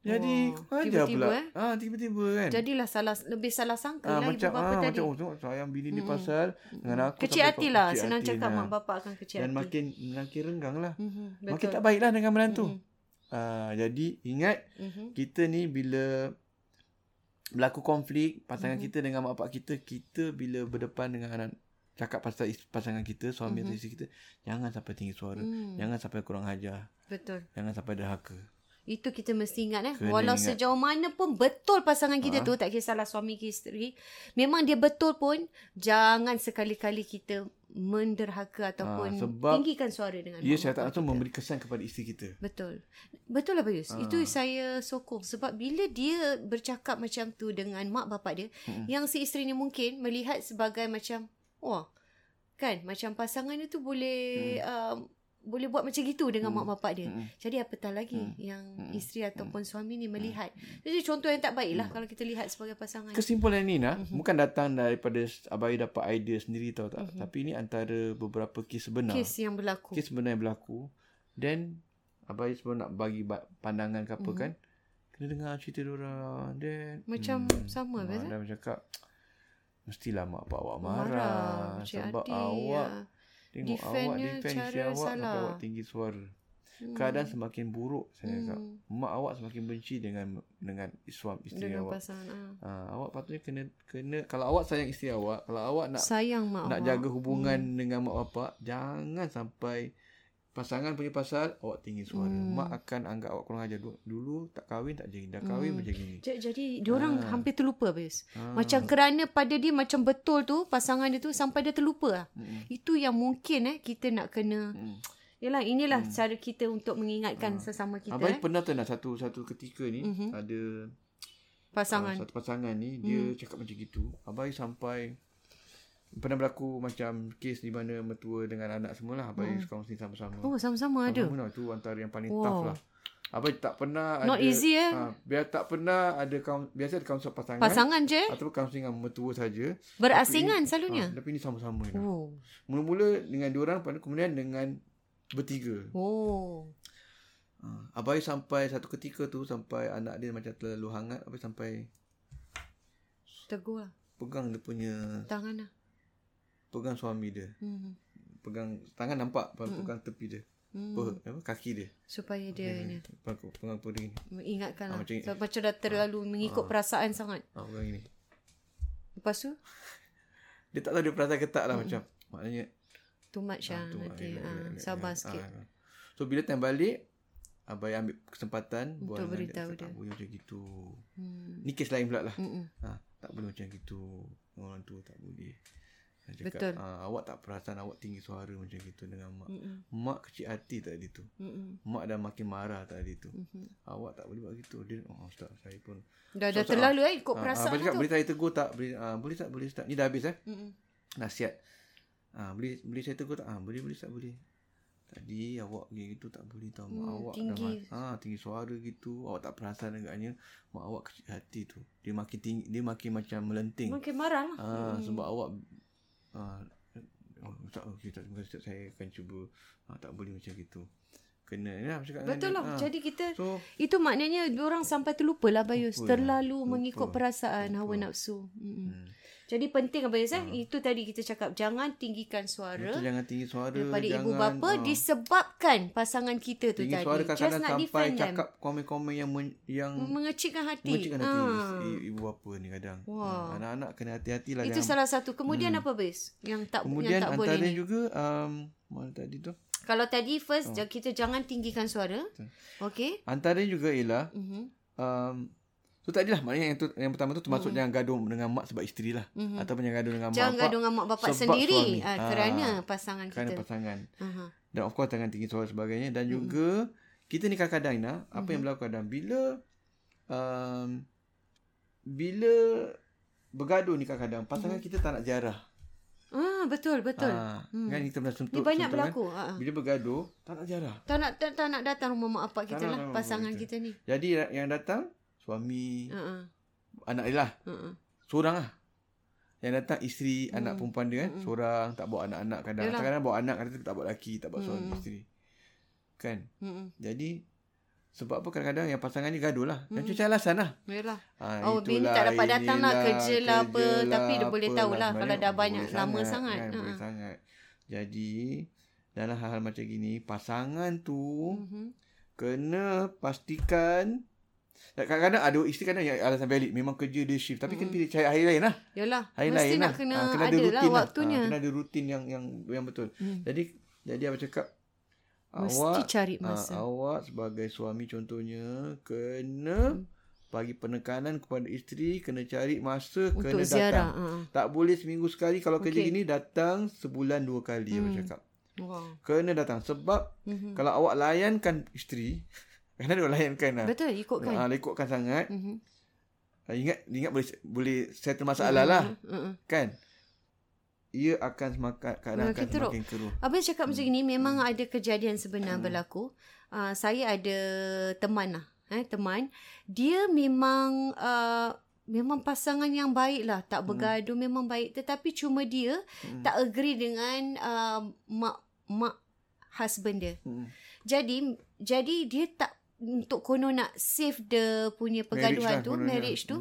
[SPEAKER 1] jadi
[SPEAKER 2] Wah,
[SPEAKER 1] kurang ajar
[SPEAKER 2] tiba-tiba,
[SPEAKER 1] pula.
[SPEAKER 2] eh?
[SPEAKER 1] Ah tiba-tiba kan.
[SPEAKER 2] Jadilah salah lebih salah sangka
[SPEAKER 1] Ah,
[SPEAKER 2] lah
[SPEAKER 1] macam
[SPEAKER 2] ibu bapa
[SPEAKER 1] ah,
[SPEAKER 2] tadi. Hmm.
[SPEAKER 1] macam oh, tengok sayang bini ni pasal dengan aku
[SPEAKER 2] kecil
[SPEAKER 1] sampai
[SPEAKER 2] hati
[SPEAKER 1] kau
[SPEAKER 2] lah.
[SPEAKER 1] kecil
[SPEAKER 2] Senang
[SPEAKER 1] hati,
[SPEAKER 2] cakap
[SPEAKER 1] nah.
[SPEAKER 2] mak bapak akan kecil
[SPEAKER 1] dan
[SPEAKER 2] hati.
[SPEAKER 1] makin makin renggang lah.
[SPEAKER 2] Mhm,
[SPEAKER 1] Betul. Makin
[SPEAKER 2] betul. Hmm.
[SPEAKER 1] tak baik lah dengan menantu. Ah, jadi ingat
[SPEAKER 2] Mhm.
[SPEAKER 1] kita ni bila berlaku konflik pasangan
[SPEAKER 2] Hmm.
[SPEAKER 1] kita dengan mak bapak kita, kita bila berdepan dengan anak cakap pasal is- pasangan kita, suami
[SPEAKER 2] Hmm.
[SPEAKER 1] atau isteri kita, jangan sampai tinggi suara, jangan sampai kurang ajar,
[SPEAKER 2] Betul.
[SPEAKER 1] jangan sampai derhaka.
[SPEAKER 2] Itu kita mesti ingat eh.
[SPEAKER 1] Kena
[SPEAKER 2] Walau
[SPEAKER 1] ingat.
[SPEAKER 2] sejauh mana pun betul pasangan kita
[SPEAKER 1] Ah.
[SPEAKER 2] tu, tak kisahlah suami ke isteri, memang dia betul pun jangan sekali-kali kita menderhaka ataupun
[SPEAKER 1] Ah, sebab
[SPEAKER 2] tinggikan suara dengan
[SPEAKER 1] Ya
[SPEAKER 2] mak
[SPEAKER 1] syaitan
[SPEAKER 2] mertua
[SPEAKER 1] tu
[SPEAKER 2] kita.
[SPEAKER 1] memberi kesan kepada isteri kita.
[SPEAKER 2] Betul. Betul lah Bayus.
[SPEAKER 1] Ah.
[SPEAKER 2] Ha. Itu saya sokong. Sebab bila dia bercakap macam tu dengan mak bapak dia, hmm. yang si isteri ni mungkin melihat sebagai macam, wah, kan macam pasangan dia tu boleh... Hmm. Um, boleh buat macam gitu dengan hmm. mak bapak dia. Hmm. Jadi apatah lagi hmm. yang hmm. isteri ataupun suami ni
[SPEAKER 1] Hmm.
[SPEAKER 2] melihat. Jadi contoh yang tak baik lah kalau kita lihat sebagai pasangan.
[SPEAKER 1] Kesimpulan Nina mm-hmm. bukan datang daripada Abai dapat idea sendiri tau tak. Mm-hmm. Tapi ini antara beberapa kes sebenar.
[SPEAKER 2] Kes yang berlaku.
[SPEAKER 1] kes sebenar yang berlaku. Then Abai sebenarnya nak bagi ba- pandangan ke apa mm-hmm. kan. Kena dengar cerita diorang. Then hmm,
[SPEAKER 2] Macam sama,
[SPEAKER 1] Mak
[SPEAKER 2] Bayus, eh?
[SPEAKER 1] Adam cakap Mestilah mak bapak awak marah,
[SPEAKER 2] Marah. macam
[SPEAKER 1] Sebab
[SPEAKER 2] adik,
[SPEAKER 1] awak
[SPEAKER 2] ah.
[SPEAKER 1] Tengok awak
[SPEAKER 2] Defendnya
[SPEAKER 1] defend isteri
[SPEAKER 2] cara
[SPEAKER 1] awak
[SPEAKER 2] salah.
[SPEAKER 1] Sampai awak tinggi suara Keadaan semakin buruk Saya
[SPEAKER 2] ya. Hmm.
[SPEAKER 1] cakap Mak awak semakin benci dengan Dengan suami isteri
[SPEAKER 2] Dengan
[SPEAKER 1] awak
[SPEAKER 2] pasangan. ah.
[SPEAKER 1] ha, Awak patutnya kena kena Kalau awak sayang isteri awak Kalau awak nak
[SPEAKER 2] Sayang mak
[SPEAKER 1] nak
[SPEAKER 2] awak.
[SPEAKER 1] jaga hubungan
[SPEAKER 2] Hmm.
[SPEAKER 1] dengan mak bapak Jangan sampai Pasangan punya pasal Awak tinggi suara
[SPEAKER 2] Hmm.
[SPEAKER 1] Mak akan anggap awak kurang ajar Dulu, dulu tak kahwin tak jadi Dah kahwin macam gini
[SPEAKER 2] Ja- Jadi diorang
[SPEAKER 1] Ah.
[SPEAKER 2] hampir terlupa Fiz. Hmm.
[SPEAKER 1] Ah.
[SPEAKER 2] Macam kerana pada dia macam betul tu pasangan dia tu sampai dia terlupa. lah.
[SPEAKER 1] Mm-mm.
[SPEAKER 2] Itu yang mungkin eh kita nak kena
[SPEAKER 1] Mm.
[SPEAKER 2] Yalah inilah
[SPEAKER 1] Hmm.
[SPEAKER 2] cara kita untuk mengingatkan sesama kita eh,
[SPEAKER 1] Abai
[SPEAKER 2] Mhm.
[SPEAKER 1] pernah tak nak satu satu ketika ni mm-hmm. ada
[SPEAKER 2] pasangan. Hmm.
[SPEAKER 1] Uh, satu pasangan ni dia cakap macam gitu. Abai sampai pernah berlaku macam kes di mana mertua dengan anak semualah abai hmm. counseling sama-sama.
[SPEAKER 2] Oh sama-sama ada.
[SPEAKER 1] Sama-sama lah. tu antara yang paling
[SPEAKER 2] Wow.
[SPEAKER 1] wow. tough lah. Abai tak pernah
[SPEAKER 2] Not
[SPEAKER 1] ada
[SPEAKER 2] easy, eh?
[SPEAKER 1] ah, biar tak pernah ada kaun, biasa ada kaunselor pasangan
[SPEAKER 2] Pasangan je eh.
[SPEAKER 1] ataupun kaunseling dengan mertua saja.
[SPEAKER 2] Berasingan
[SPEAKER 1] Tapi-
[SPEAKER 2] selalunya.
[SPEAKER 1] Ah, tapi ni sama-sama. ni.
[SPEAKER 2] Oh.
[SPEAKER 1] Mula-mula dengan diorang lepas tu kemudian dengan bertiga.
[SPEAKER 2] Oh.
[SPEAKER 1] Ah, Abai sampai satu ketika tu sampai anak dia macam terlalu hangat abai sampai
[SPEAKER 2] Tegur lah.
[SPEAKER 1] pegang dia punya
[SPEAKER 2] Tangan lah.
[SPEAKER 1] pegang suami dia.
[SPEAKER 2] Hmm.
[SPEAKER 1] pegang tangan nampak pe- pegang tepi dia.
[SPEAKER 2] Hmm.
[SPEAKER 1] Hmm. apa kaki dia.
[SPEAKER 2] Supaya dia ni
[SPEAKER 1] Pegang pegang perut dia gini.
[SPEAKER 2] mengingatkan lah.
[SPEAKER 1] Hmm. Ah, macam- Ah.
[SPEAKER 2] Sebab macam dah terlalu mengikut perasaan sangat.
[SPEAKER 1] Ha, pegang gini.
[SPEAKER 2] Lepas tu
[SPEAKER 1] Dia tak tahu dia perasan ke tak lah macam. Maknanya
[SPEAKER 2] too much lah.
[SPEAKER 1] ah, tu, ah,
[SPEAKER 2] nanti.
[SPEAKER 1] relax,
[SPEAKER 2] Ah,
[SPEAKER 1] relax, relax,
[SPEAKER 2] sabar
[SPEAKER 1] relax.
[SPEAKER 2] sikit.
[SPEAKER 1] Ah, ah. So bila time balik Abai ambil kesempatan
[SPEAKER 2] Untuk
[SPEAKER 1] buat dengan
[SPEAKER 2] beritahu
[SPEAKER 1] dia.
[SPEAKER 2] dia.
[SPEAKER 1] Tak boleh macam gitu.
[SPEAKER 2] Hmm.
[SPEAKER 1] Ni kes lain pula lah.
[SPEAKER 2] Mm-mm.
[SPEAKER 1] Ha, tak boleh macam gitu. Orang tua tak boleh. Dia
[SPEAKER 2] Betul.
[SPEAKER 1] ah, awak tak perasan awak tinggi suara macam gitu dengan mak.
[SPEAKER 2] Mm-mm.
[SPEAKER 1] Mak kecil hati tadi tu.
[SPEAKER 2] Mm-mm.
[SPEAKER 1] Mak dah makin marah tadi tu.
[SPEAKER 2] Mhm.
[SPEAKER 1] Awak tak boleh buat gitu. Dia oh ustaz saya pun
[SPEAKER 2] Dah, dah
[SPEAKER 1] Ustaz,
[SPEAKER 2] terlalu eh ikut
[SPEAKER 1] Ah,
[SPEAKER 2] perasaan
[SPEAKER 1] abang
[SPEAKER 2] lah
[SPEAKER 1] cakap,
[SPEAKER 2] tu.
[SPEAKER 1] Boleh saya tegur tak? Boleh, ah, boleh tak? Boleh ustaz. Ni dah habis eh.
[SPEAKER 2] Mm-mm.
[SPEAKER 1] Nasihat. Ah, boleh boleh saya tegur tak? Ah, boleh boleh ustaz boleh. Tadi awak pergi gitu tak boleh tau. Mak
[SPEAKER 2] Hmm,
[SPEAKER 1] awak
[SPEAKER 2] tinggi.
[SPEAKER 1] dah ah, tinggi suara gitu. Awak tak perasan agaknya. Mak awak kecil hati tu. Dia makin tinggi, dia makin macam melenting.
[SPEAKER 2] Makin marah lah.
[SPEAKER 1] Ah, sebab awak ah, oh, ustaz okey tak terima kasih ustaz. Saya akan cuba. Ah, tak boleh macam gitu. Kena ya, cakap dengan
[SPEAKER 2] Betul
[SPEAKER 1] dia.
[SPEAKER 2] lah.
[SPEAKER 1] Ah.
[SPEAKER 2] Jadi kita
[SPEAKER 1] so
[SPEAKER 2] itu maknanya orang sampai terlupa lah Bayus.
[SPEAKER 1] Terlupa lah. Hmm.
[SPEAKER 2] Terlalu
[SPEAKER 1] Terlupa.
[SPEAKER 2] mengikut perasaan hawa nafsu. Mm-mm. Jadi penting Bayus
[SPEAKER 1] Ah.
[SPEAKER 2] eh. Itu tadi kita cakap jangan tinggikan
[SPEAKER 1] Betul,
[SPEAKER 2] suara
[SPEAKER 1] jangan tinggi suara
[SPEAKER 2] daripada
[SPEAKER 1] jangan,
[SPEAKER 2] ibu bapa
[SPEAKER 1] ah.
[SPEAKER 2] disebabkan pasangan kita tu
[SPEAKER 1] Tinggi
[SPEAKER 2] tadi.
[SPEAKER 1] suara
[SPEAKER 2] Just
[SPEAKER 1] kadang-kadang
[SPEAKER 2] nak
[SPEAKER 1] sampai
[SPEAKER 2] defend them.
[SPEAKER 1] cakap komen-komen yang men, yang
[SPEAKER 2] Mengecikkan hati.
[SPEAKER 1] mengecikkan hati
[SPEAKER 2] Ah.
[SPEAKER 1] i- ibu bapa ni kadang.
[SPEAKER 2] Wah.
[SPEAKER 1] Ha, anak-anak kena hati-hati lah.
[SPEAKER 2] Itu salah satu. Kemudian apa Bayus? Yang tak
[SPEAKER 1] Hmm. Kemudian
[SPEAKER 2] yang tak boleh
[SPEAKER 1] antara
[SPEAKER 2] ni.
[SPEAKER 1] juga um, mana tadi tu?
[SPEAKER 2] Kalau tadi
[SPEAKER 1] Ah.
[SPEAKER 2] first oh. kita jangan tinggikan suara. Okey.
[SPEAKER 1] Antara juga ialah
[SPEAKER 2] Mhm.
[SPEAKER 1] um, So tadi lah maknanya yang, tu, yang pertama tu termasuk jangan gaduh dengan mak sebab isteri lah.
[SPEAKER 2] Mhm.
[SPEAKER 1] Ataupun jangan gaduh dengan
[SPEAKER 2] Hmm. Jangan
[SPEAKER 1] mak
[SPEAKER 2] gaduh dengan mak bapak
[SPEAKER 1] sebab
[SPEAKER 2] sendiri
[SPEAKER 1] suami.
[SPEAKER 2] ah,
[SPEAKER 1] Ah,
[SPEAKER 2] kerana pasangan
[SPEAKER 1] kerana
[SPEAKER 2] kita. Hmm.
[SPEAKER 1] pasangan.
[SPEAKER 2] Aha.
[SPEAKER 1] Dan of course jangan tinggi suara sebagainya. Dan juga kita ni kadang-kadang Ina, apa
[SPEAKER 2] Hmm.
[SPEAKER 1] yang berlaku kadang bila um, bila bergaduh ni kadang-kadang pasangan kita tak nak jarah.
[SPEAKER 2] Ah, betul Hmm. betul.
[SPEAKER 1] Ah,
[SPEAKER 2] Hmm.
[SPEAKER 1] hmm. Kan kita pernah sentuh.
[SPEAKER 2] Ni banyak
[SPEAKER 1] sentuh
[SPEAKER 2] berlaku. Ah, ah.
[SPEAKER 1] Kan? Bila bergaduh, tak nak jarah.
[SPEAKER 2] Tak nak tak, tak nak datang rumah mak bapak kita
[SPEAKER 1] Tak nak
[SPEAKER 2] lah
[SPEAKER 1] datang rumah
[SPEAKER 2] pasangan
[SPEAKER 1] mak
[SPEAKER 2] kita ni.
[SPEAKER 1] Jadi ra- yang datang, suami,
[SPEAKER 2] Ha ah.
[SPEAKER 1] anak dia lah.
[SPEAKER 2] Ha ah.
[SPEAKER 1] Seorang lah. Yang datang isteri, anak perempuan dia kan. Seorang, tak bawa anak-anak kadang.
[SPEAKER 2] Hmm. Yalah.
[SPEAKER 1] Kadang-kadang bawa anak, kadang tak bawa lelaki, tak bawa suami, isteri. Kan?
[SPEAKER 2] Hmm.
[SPEAKER 1] Jadi, sebab apa kadang-kadang yang pasangan ni gaduh lah. Dan cari alasan lah.
[SPEAKER 2] Yalah.
[SPEAKER 1] Ha,
[SPEAKER 2] Hmm. Oh, bini tak dapat datang lah, kerja lah apa. Tapi dia boleh tahu lah kalau dah banyak, lama sangat.
[SPEAKER 1] Kan,
[SPEAKER 2] Ha,
[SPEAKER 1] boleh
[SPEAKER 2] ha.
[SPEAKER 1] sangat. Jadi, dalam hal-hal macam gini, pasangan tu
[SPEAKER 2] Mhm.
[SPEAKER 1] kena pastikan dan kadang-kadang ada isteri kadang yang alasan valid memang kerja dia shift tapi kena pilih cari hari lain lah
[SPEAKER 2] Yalah.
[SPEAKER 1] hari
[SPEAKER 2] Mm. Mesti
[SPEAKER 1] lain
[SPEAKER 2] nak
[SPEAKER 1] lah
[SPEAKER 2] kena,
[SPEAKER 1] Ah,
[SPEAKER 2] ada lah
[SPEAKER 1] lah.
[SPEAKER 2] waktunya.
[SPEAKER 1] Ah, kena ada rutin yang yang yang betul
[SPEAKER 2] Hmm.
[SPEAKER 1] jadi jadi apa cakap
[SPEAKER 2] Mesti cari masa.
[SPEAKER 1] Ah, awak sebagai suami contohnya kena bagi penekanan kepada isteri, kena cari masa,
[SPEAKER 2] Untuk
[SPEAKER 1] kena
[SPEAKER 2] ziarah.
[SPEAKER 1] datang.
[SPEAKER 2] ah.
[SPEAKER 1] Tak boleh seminggu sekali kalau
[SPEAKER 2] Okey.
[SPEAKER 1] kerja gini datang sebulan dua kali hmm.
[SPEAKER 2] Hmm.
[SPEAKER 1] dia cakap.
[SPEAKER 2] Wow.
[SPEAKER 1] Kena datang sebab
[SPEAKER 2] Mhm.
[SPEAKER 1] kalau awak layankan isteri, kena dia layankan lah.
[SPEAKER 2] Betul, ikutkan.
[SPEAKER 1] Ah, lekotkan sangat.
[SPEAKER 2] Mhm.
[SPEAKER 1] Ah, Ingat ingat boleh boleh settle masalah lah
[SPEAKER 2] Mhm.
[SPEAKER 1] kan. Ia akan semakin keadaan akan
[SPEAKER 2] Makin teruk.
[SPEAKER 1] semakin teruk.
[SPEAKER 2] Abang cakap macam gini
[SPEAKER 1] Hmm.
[SPEAKER 2] memang ada kejadian sebenar berlaku. Uh, saya ada teman lah, eh teman. Dia memang uh, memang pasangan yang baik lah, tak bergaduh memang baik tetapi cuma dia
[SPEAKER 1] Hmm.
[SPEAKER 2] tak agree dengan uh, mak mak husband dia.
[SPEAKER 1] Hmm.
[SPEAKER 2] Jadi jadi dia tak untuk kono nak save the punya pergaduhan
[SPEAKER 1] Marriage lah
[SPEAKER 2] tu,
[SPEAKER 1] kononnya.
[SPEAKER 2] marriage tu,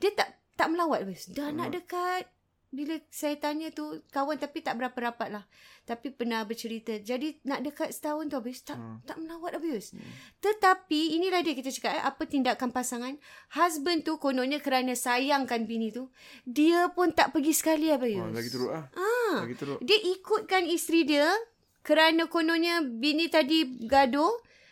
[SPEAKER 2] dia tak tak melawat weh. Dah
[SPEAKER 1] Hmm.
[SPEAKER 2] nak dekat bila saya tanya tu kawan tapi tak berapa rapat lah. Tapi pernah bercerita. Jadi nak dekat setahun tu habis tak
[SPEAKER 1] Hmm.
[SPEAKER 2] tak melawat habis.
[SPEAKER 1] Hmm.
[SPEAKER 2] Tetapi inilah dia kita cakap eh, apa tindakan pasangan. Husband tu kononnya kerana sayangkan bini tu, dia pun tak pergi sekali habis.
[SPEAKER 1] Oh, lagi teruk lah.
[SPEAKER 2] Ah.
[SPEAKER 1] Lagi teruk.
[SPEAKER 2] Dia ikutkan isteri dia kerana kononnya bini tadi gaduh.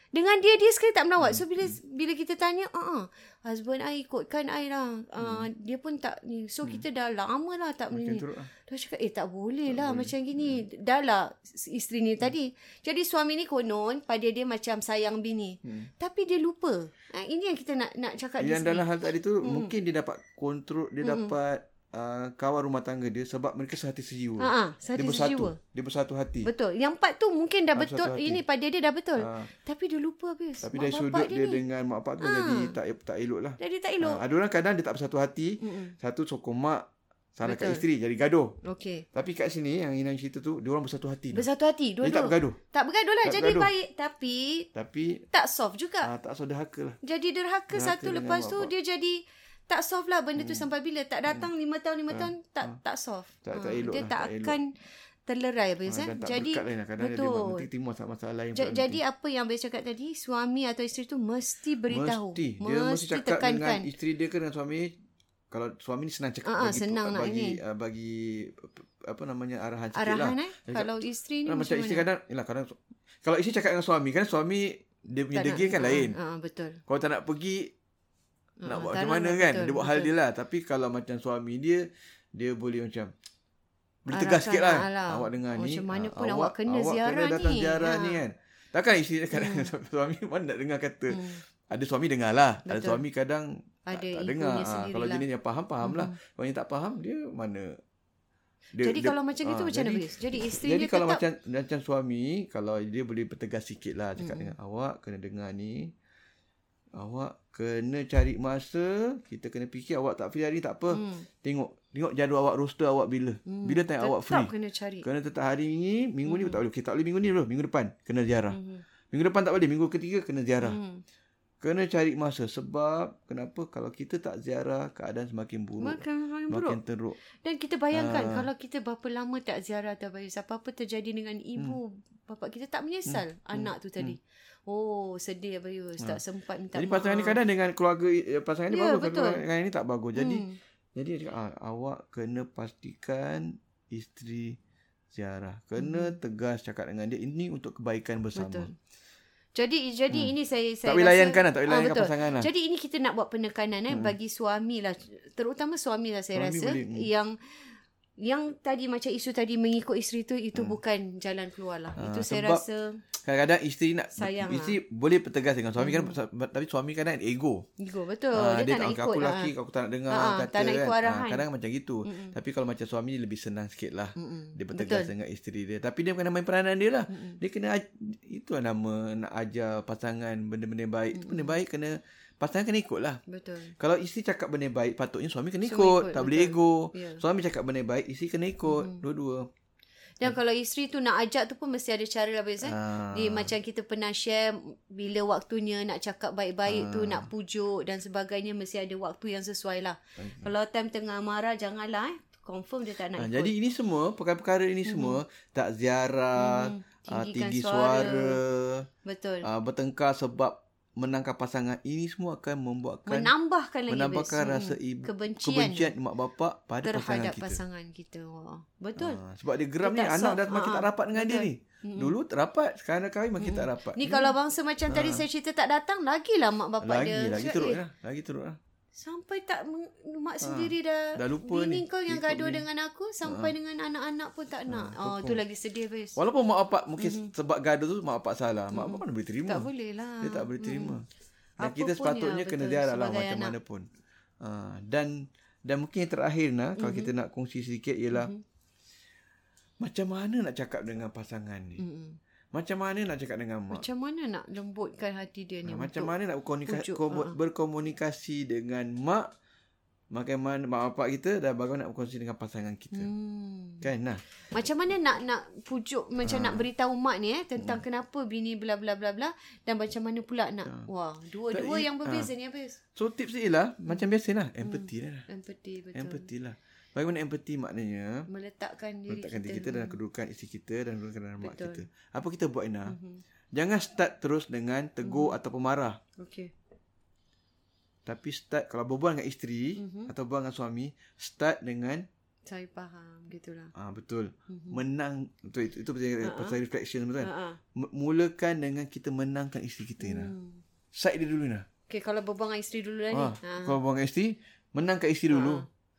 [SPEAKER 2] Dengan dia dia sekali tak melawat. So bila bila kita tanya, ah uh husband I ikutkan I lah. Uh,
[SPEAKER 1] Hmm.
[SPEAKER 2] dia pun tak ni. So kita dah lama lah tak ni.
[SPEAKER 1] Makin teruk lah.
[SPEAKER 2] Dia cakap, eh tak boleh lah macam gini.
[SPEAKER 1] Hmm.
[SPEAKER 2] Dah lah s- isteri ni tadi. Jadi suami ni konon pada dia macam sayang bini.
[SPEAKER 1] Hmm.
[SPEAKER 2] Tapi dia lupa. Ha, ini yang kita nak nak cakap di
[SPEAKER 1] Yang
[SPEAKER 2] sini.
[SPEAKER 1] dalam hal tadi
[SPEAKER 2] Hmm.
[SPEAKER 1] tu mungkin dia dapat kontrol, dia dapat uh, kawal rumah tangga dia sebab mereka sehati sejiwa.
[SPEAKER 2] Ha, ha, sehati
[SPEAKER 1] dia bersatu.
[SPEAKER 2] sejiwa.
[SPEAKER 1] Dia bersatu hati.
[SPEAKER 2] Betul. Yang part tu mungkin dah
[SPEAKER 1] Dalam
[SPEAKER 2] betul.
[SPEAKER 1] satu hati.
[SPEAKER 2] Ini pada dia dah betul.
[SPEAKER 1] Ah.
[SPEAKER 2] Tapi dia lupa habis.
[SPEAKER 1] Tapi
[SPEAKER 2] Mak
[SPEAKER 1] dari
[SPEAKER 2] bapak
[SPEAKER 1] sudut dia,
[SPEAKER 2] ni.
[SPEAKER 1] dengan mak pak tu jadi tak tak elok lah.
[SPEAKER 2] Jadi tak elok.
[SPEAKER 1] Ha, ada orang kadang dia tak bersatu hati.
[SPEAKER 2] Mm-mm.
[SPEAKER 1] Satu sokong mak, salah kat
[SPEAKER 2] Betul.
[SPEAKER 1] isteri jadi gaduh.
[SPEAKER 2] Okey.
[SPEAKER 1] Tapi kat sini yang Ina cerita tu, dia orang bersatu hati. tau.
[SPEAKER 2] Bersatu hati
[SPEAKER 1] Dia
[SPEAKER 2] dua-dua.
[SPEAKER 1] tak bergaduh.
[SPEAKER 2] Tak bergaduh lah
[SPEAKER 1] Tak
[SPEAKER 2] jadi
[SPEAKER 1] bergaduh.
[SPEAKER 2] baik tapi
[SPEAKER 1] Tapi
[SPEAKER 2] tak soft juga.
[SPEAKER 1] ah, tak sodahaka lah.
[SPEAKER 2] Jadi derhaka
[SPEAKER 1] Derhaka
[SPEAKER 2] satu
[SPEAKER 1] dengan Hmm.
[SPEAKER 2] lepas tu
[SPEAKER 1] mak-mak.
[SPEAKER 2] dia jadi tak soft lah benda tu sampai bila tak datang lima tahun lima tahun tak tak soft.
[SPEAKER 1] Ah. Tak-
[SPEAKER 2] Ah,
[SPEAKER 1] tak elok
[SPEAKER 2] dia tak,
[SPEAKER 1] lah, tak elok.
[SPEAKER 2] akan terlerai
[SPEAKER 1] Ha,
[SPEAKER 2] habis eh.
[SPEAKER 1] dan tak
[SPEAKER 2] Jadi
[SPEAKER 1] berkat lain lah. Kadang dia
[SPEAKER 2] betul.
[SPEAKER 1] memang nanti timbul masalah lain.
[SPEAKER 2] Ja-
[SPEAKER 1] pula
[SPEAKER 2] jadi apa yang Abang cakap tadi suami atau isteri tu mesti
[SPEAKER 1] nanti.
[SPEAKER 2] beritahu.
[SPEAKER 1] Mesti. Dia mesti cakap dengan
[SPEAKER 2] tekankan.
[SPEAKER 1] isteri dia ke dengan suami. Kalau suami ni senang cakap.
[SPEAKER 2] Ah, ah, senang nak
[SPEAKER 1] bagi,
[SPEAKER 2] ni.
[SPEAKER 1] ah, bagi apa namanya arahan sikit
[SPEAKER 2] Arahan
[SPEAKER 1] lah.
[SPEAKER 2] eh. Kalau isteri ni
[SPEAKER 1] Nah, macam isteri kan kadang, yalah, kadang kalau isteri cakap dengan suami kan suami dia punya degil kan lain.
[SPEAKER 2] Ha, betul.
[SPEAKER 1] Kalau tak nak pergi nak
[SPEAKER 2] Ah,
[SPEAKER 1] buat
[SPEAKER 2] tak
[SPEAKER 1] macam
[SPEAKER 2] nak,
[SPEAKER 1] mana
[SPEAKER 2] nak
[SPEAKER 1] kan
[SPEAKER 2] betul,
[SPEAKER 1] dia buat hal
[SPEAKER 2] betul.
[SPEAKER 1] dia lah tapi kalau macam suami dia dia boleh macam
[SPEAKER 2] Ah,
[SPEAKER 1] boleh tegas sikit lah
[SPEAKER 2] alah.
[SPEAKER 1] awak dengar
[SPEAKER 2] Oh, Macam
[SPEAKER 1] ni
[SPEAKER 2] mana
[SPEAKER 1] ah,
[SPEAKER 2] pun awak kena ziarah
[SPEAKER 1] kena datang
[SPEAKER 2] ni.
[SPEAKER 1] ziarah
[SPEAKER 2] Ah. Hmm.
[SPEAKER 1] ni kan takkan isteri kadang suami mana nak dengar kata ada suami dengar lah ada
[SPEAKER 2] Betul.
[SPEAKER 1] suami kadang
[SPEAKER 2] Ada
[SPEAKER 1] tak, tak
[SPEAKER 2] egonya
[SPEAKER 1] dengar Ah,
[SPEAKER 2] sendirilah. Hmm.
[SPEAKER 1] kalau jenis yang faham faham lah kalau yang tak faham dia mana dia, ah,
[SPEAKER 2] Jadi kalau macam gitu macam mana Fiz? Jadi isteri
[SPEAKER 1] jadi
[SPEAKER 2] dia
[SPEAKER 1] kalau
[SPEAKER 2] tetap Hmm.
[SPEAKER 1] macam macam suami kalau dia boleh bertegas sikit lah cakap mm. dengan awak kena dengar ni awak kena cari masa kita kena fikir awak tak free hari ni tak
[SPEAKER 2] Hmm.
[SPEAKER 1] apa mm. tengok tengok jadual awak roster awak bila mm. bila time awak free
[SPEAKER 2] tetap kena cari.
[SPEAKER 1] kena tetap hari ni minggu mm. ni
[SPEAKER 2] Hmm.
[SPEAKER 1] tak boleh okay, tak boleh minggu ni dulu minggu depan kena ziarah mm. minggu depan tak boleh minggu ketiga kena ziarah mm.
[SPEAKER 2] Hmm.
[SPEAKER 1] kena cari masa sebab kenapa kalau kita tak ziarah keadaan semakin buruk
[SPEAKER 2] Makan orang yang buruk.
[SPEAKER 1] makin Ah. teruk
[SPEAKER 2] Dan kita bayangkan kalau kita berapa lama tak ziarah Tuan Bayus, apa-apa terjadi dengan ibu,
[SPEAKER 1] Hmm.
[SPEAKER 2] bapa kita tak menyesal anak tu tadi. Oh, sedih Bayus, tak sempat minta
[SPEAKER 1] Ah. Jadi pasangan ni kadang dengan keluarga eh, pasangan ni
[SPEAKER 2] Ya,
[SPEAKER 1] bagus,
[SPEAKER 2] betul.
[SPEAKER 1] betul. dengan ni tak bagus. Jadi
[SPEAKER 2] Hmm.
[SPEAKER 1] jadi dia cakap ah, awak kena pastikan isteri ziarah. Kena tegas cakap dengan dia ini untuk kebaikan
[SPEAKER 2] Mhm.
[SPEAKER 1] bersama.
[SPEAKER 2] Betul. Jadi jadi ini saya saya
[SPEAKER 1] Hmm. Tak boleh
[SPEAKER 2] rasa-
[SPEAKER 1] layankan lah, tak boleh
[SPEAKER 2] Ah,
[SPEAKER 1] layankan
[SPEAKER 2] betul.
[SPEAKER 1] pasangan lah.
[SPEAKER 2] Jadi ini kita nak buat penekanan eh bagi suami lah terutama suami lah saya
[SPEAKER 1] Hmm. Suami
[SPEAKER 2] rasa
[SPEAKER 1] boleh, hmm.
[SPEAKER 2] yang yang tadi macam isu tadi mengikut isteri tu itu bukan jalan keluar lah.
[SPEAKER 1] Hmm. Ah,
[SPEAKER 2] itu saya
[SPEAKER 1] sebab-
[SPEAKER 2] rasa
[SPEAKER 1] Kadang-kadang isteri nak
[SPEAKER 2] Sayang lah.
[SPEAKER 1] isteri boleh bertegas dengan suami hmm. kan tapi suami kadang ego.
[SPEAKER 2] ego betul
[SPEAKER 1] Ah,
[SPEAKER 2] dia, tak nak
[SPEAKER 1] "Aku-
[SPEAKER 2] ikut
[SPEAKER 1] aku
[SPEAKER 2] lah.
[SPEAKER 1] laki aku tak nak dengar
[SPEAKER 2] Ah, ah,
[SPEAKER 1] kata
[SPEAKER 2] tak nak
[SPEAKER 1] kan.
[SPEAKER 2] ikut arahan.
[SPEAKER 1] Ah, kadang macam gitu. Mm-mm. Tapi kalau macam suami dia lebih senang sikit lah.
[SPEAKER 2] Mm-mm.
[SPEAKER 1] Dia bertegas
[SPEAKER 2] Betul.
[SPEAKER 1] dengan isteri dia. Tapi dia kena main peranan dia lah. Mm-mm. Dia kena aj- itulah nama nak ajar pasangan benda-benda yang baik. Mm-mm. Benda baik kena pasangan kena ikut lah.
[SPEAKER 2] Betul.
[SPEAKER 1] Kalau isteri cakap benda yang baik patutnya suami kena
[SPEAKER 2] Suami
[SPEAKER 1] ikut.
[SPEAKER 2] ikut,
[SPEAKER 1] tak boleh
[SPEAKER 2] betul.
[SPEAKER 1] ego.
[SPEAKER 2] Ya. Hmm.
[SPEAKER 1] Suami cakap benda yang baik isteri kena ikut. Mm-mm. Dua-dua.
[SPEAKER 2] Dan kalau isteri tu nak ajak tu pun mesti ada cara lah biasa.
[SPEAKER 1] Ah.
[SPEAKER 2] Dia macam kita pernah share bila waktunya nak cakap baik-baik tu,
[SPEAKER 1] Ah.
[SPEAKER 2] nak pujuk dan sebagainya mesti ada waktu yang sesuai lah. Kalau time tengah marah janganlah eh. Confirm dia tak nak
[SPEAKER 1] Ha,
[SPEAKER 2] ikut.
[SPEAKER 1] jadi ini semua perkara-perkara ini semua tak ziarah,
[SPEAKER 2] Mhm.
[SPEAKER 1] mm-hmm. tinggi,
[SPEAKER 2] Tinggikan
[SPEAKER 1] suara,
[SPEAKER 2] suara. Betul.
[SPEAKER 1] uh, bertengkar sebab menangkap pasangan ini semua akan membuatkan
[SPEAKER 2] menambahkan lagi
[SPEAKER 1] kan? menambahkan
[SPEAKER 2] biasa.
[SPEAKER 1] rasa
[SPEAKER 2] Hmm.
[SPEAKER 1] ibu,
[SPEAKER 2] kebencian,
[SPEAKER 1] kebencian mak bapak pada
[SPEAKER 2] terhadap
[SPEAKER 1] pasangan kita.
[SPEAKER 2] pasangan kita. Wah. Betul.
[SPEAKER 1] Ha, sebab dia geram
[SPEAKER 2] Dia
[SPEAKER 1] ni
[SPEAKER 2] tak
[SPEAKER 1] anak
[SPEAKER 2] soft.
[SPEAKER 1] dah semakin
[SPEAKER 2] Ha,
[SPEAKER 1] tak rapat dengan
[SPEAKER 2] betul.
[SPEAKER 1] dia
[SPEAKER 2] Hmm.
[SPEAKER 1] ni. Mm-hmm. Dulu rapat, sekarang dah kahwin makin mm-hmm. tak rapat.
[SPEAKER 2] Ni kalau bangsa macam tadi saya cerita tak datang, lagilah mak bapak
[SPEAKER 1] Ah. lagi,
[SPEAKER 2] dia.
[SPEAKER 1] lagi
[SPEAKER 2] Cakap,
[SPEAKER 1] teruk
[SPEAKER 2] "Eh,
[SPEAKER 1] lah. Lagi teruk lah.
[SPEAKER 2] Sampai tak meng- mak sendiri dah
[SPEAKER 1] dah lupa
[SPEAKER 2] bini
[SPEAKER 1] ni.
[SPEAKER 2] kau yang
[SPEAKER 1] Ikut
[SPEAKER 2] gaduh
[SPEAKER 1] ni." Ah.
[SPEAKER 2] dengan aku sampai dengan anak-anak pun tak nak.
[SPEAKER 1] Ha,
[SPEAKER 2] oh, tu lagi sedih bes.
[SPEAKER 1] Walaupun mak bapak mungkin mm-hmm. sebab gaduh tu, mak bapak salah. Mak bapak mana boleh terima.
[SPEAKER 2] Tak boleh lah.
[SPEAKER 1] Dia tak boleh terima. Dan
[SPEAKER 2] Apa
[SPEAKER 1] kita
[SPEAKER 2] pun
[SPEAKER 1] sepatutnya
[SPEAKER 2] ya,
[SPEAKER 1] kena
[SPEAKER 2] betul,
[SPEAKER 1] diarah lah
[SPEAKER 2] sebagai
[SPEAKER 1] macam
[SPEAKER 2] anak.
[SPEAKER 1] mana pun. Ha, dan dan mungkin yang terakhir nah, kalau kita nak kongsi sedikit ialah macam mana nak cakap dengan pasangan ni?
[SPEAKER 2] Mm-mm.
[SPEAKER 1] Macam mana nak cakap dengan mak?
[SPEAKER 2] Macam mana nak lembutkan hati dia ni?
[SPEAKER 1] Ha,
[SPEAKER 2] untuk-
[SPEAKER 1] macam mana nak berkomunikasi,
[SPEAKER 2] Ya, pujuk, ah.
[SPEAKER 1] komu- berkomunikasi dengan mak? Bagaimana mak bapak kita dan bagaimana nak berkongsi dengan pasangan kita?
[SPEAKER 2] Hmm.
[SPEAKER 1] Kan nah.
[SPEAKER 2] Macam mana nak nak pujuk macam
[SPEAKER 1] Ah.
[SPEAKER 2] nak beritahu mak ni eh
[SPEAKER 1] Hmm.
[SPEAKER 2] tentang kenapa bini bla bla bla bla dan macam mana pula nak
[SPEAKER 1] Ah.
[SPEAKER 2] wah dua-dua
[SPEAKER 1] i-
[SPEAKER 2] yang
[SPEAKER 1] ah.
[SPEAKER 2] berbeza ni habis.
[SPEAKER 1] So tips dia ialah macam biasalah
[SPEAKER 2] Mm.
[SPEAKER 1] empathy lah.
[SPEAKER 2] Empathy betul.
[SPEAKER 1] Empathy lah. Bagaimana empathy maknanya?
[SPEAKER 2] Meletakkan diri
[SPEAKER 1] letakkan diri kita dalam kedudukan isteri kita dan kedudukan dalam mak
[SPEAKER 2] Betul. Hmm.
[SPEAKER 1] kita. Apa kita buat Ina?
[SPEAKER 2] Mhm.
[SPEAKER 1] Mm-hmm. Jangan start terus dengan tegur mm-hmm. atau pemarah.
[SPEAKER 2] Okey.
[SPEAKER 1] Tapi start kalau berbual dengan isteri
[SPEAKER 2] Hmm.
[SPEAKER 1] mm-hmm. atau berbual dengan suami, start dengan
[SPEAKER 2] Saya faham gitulah.
[SPEAKER 1] ah betul.
[SPEAKER 2] Hmm.
[SPEAKER 1] Mm-hmm. Menang betul itu itu pasal, uh-huh. pasal reflection semua tu kan.
[SPEAKER 2] Ha ah.
[SPEAKER 1] M- Mulakan dengan kita menangkan isteri kita Ina.
[SPEAKER 2] Hmm.
[SPEAKER 1] Mm. Side dia dulu Ina.
[SPEAKER 2] Okey kalau berbual dengan isteri dulu lah ni.
[SPEAKER 1] Ha,
[SPEAKER 2] Ha.
[SPEAKER 1] kalau berbual dengan isteri, menangkan isteri dulu.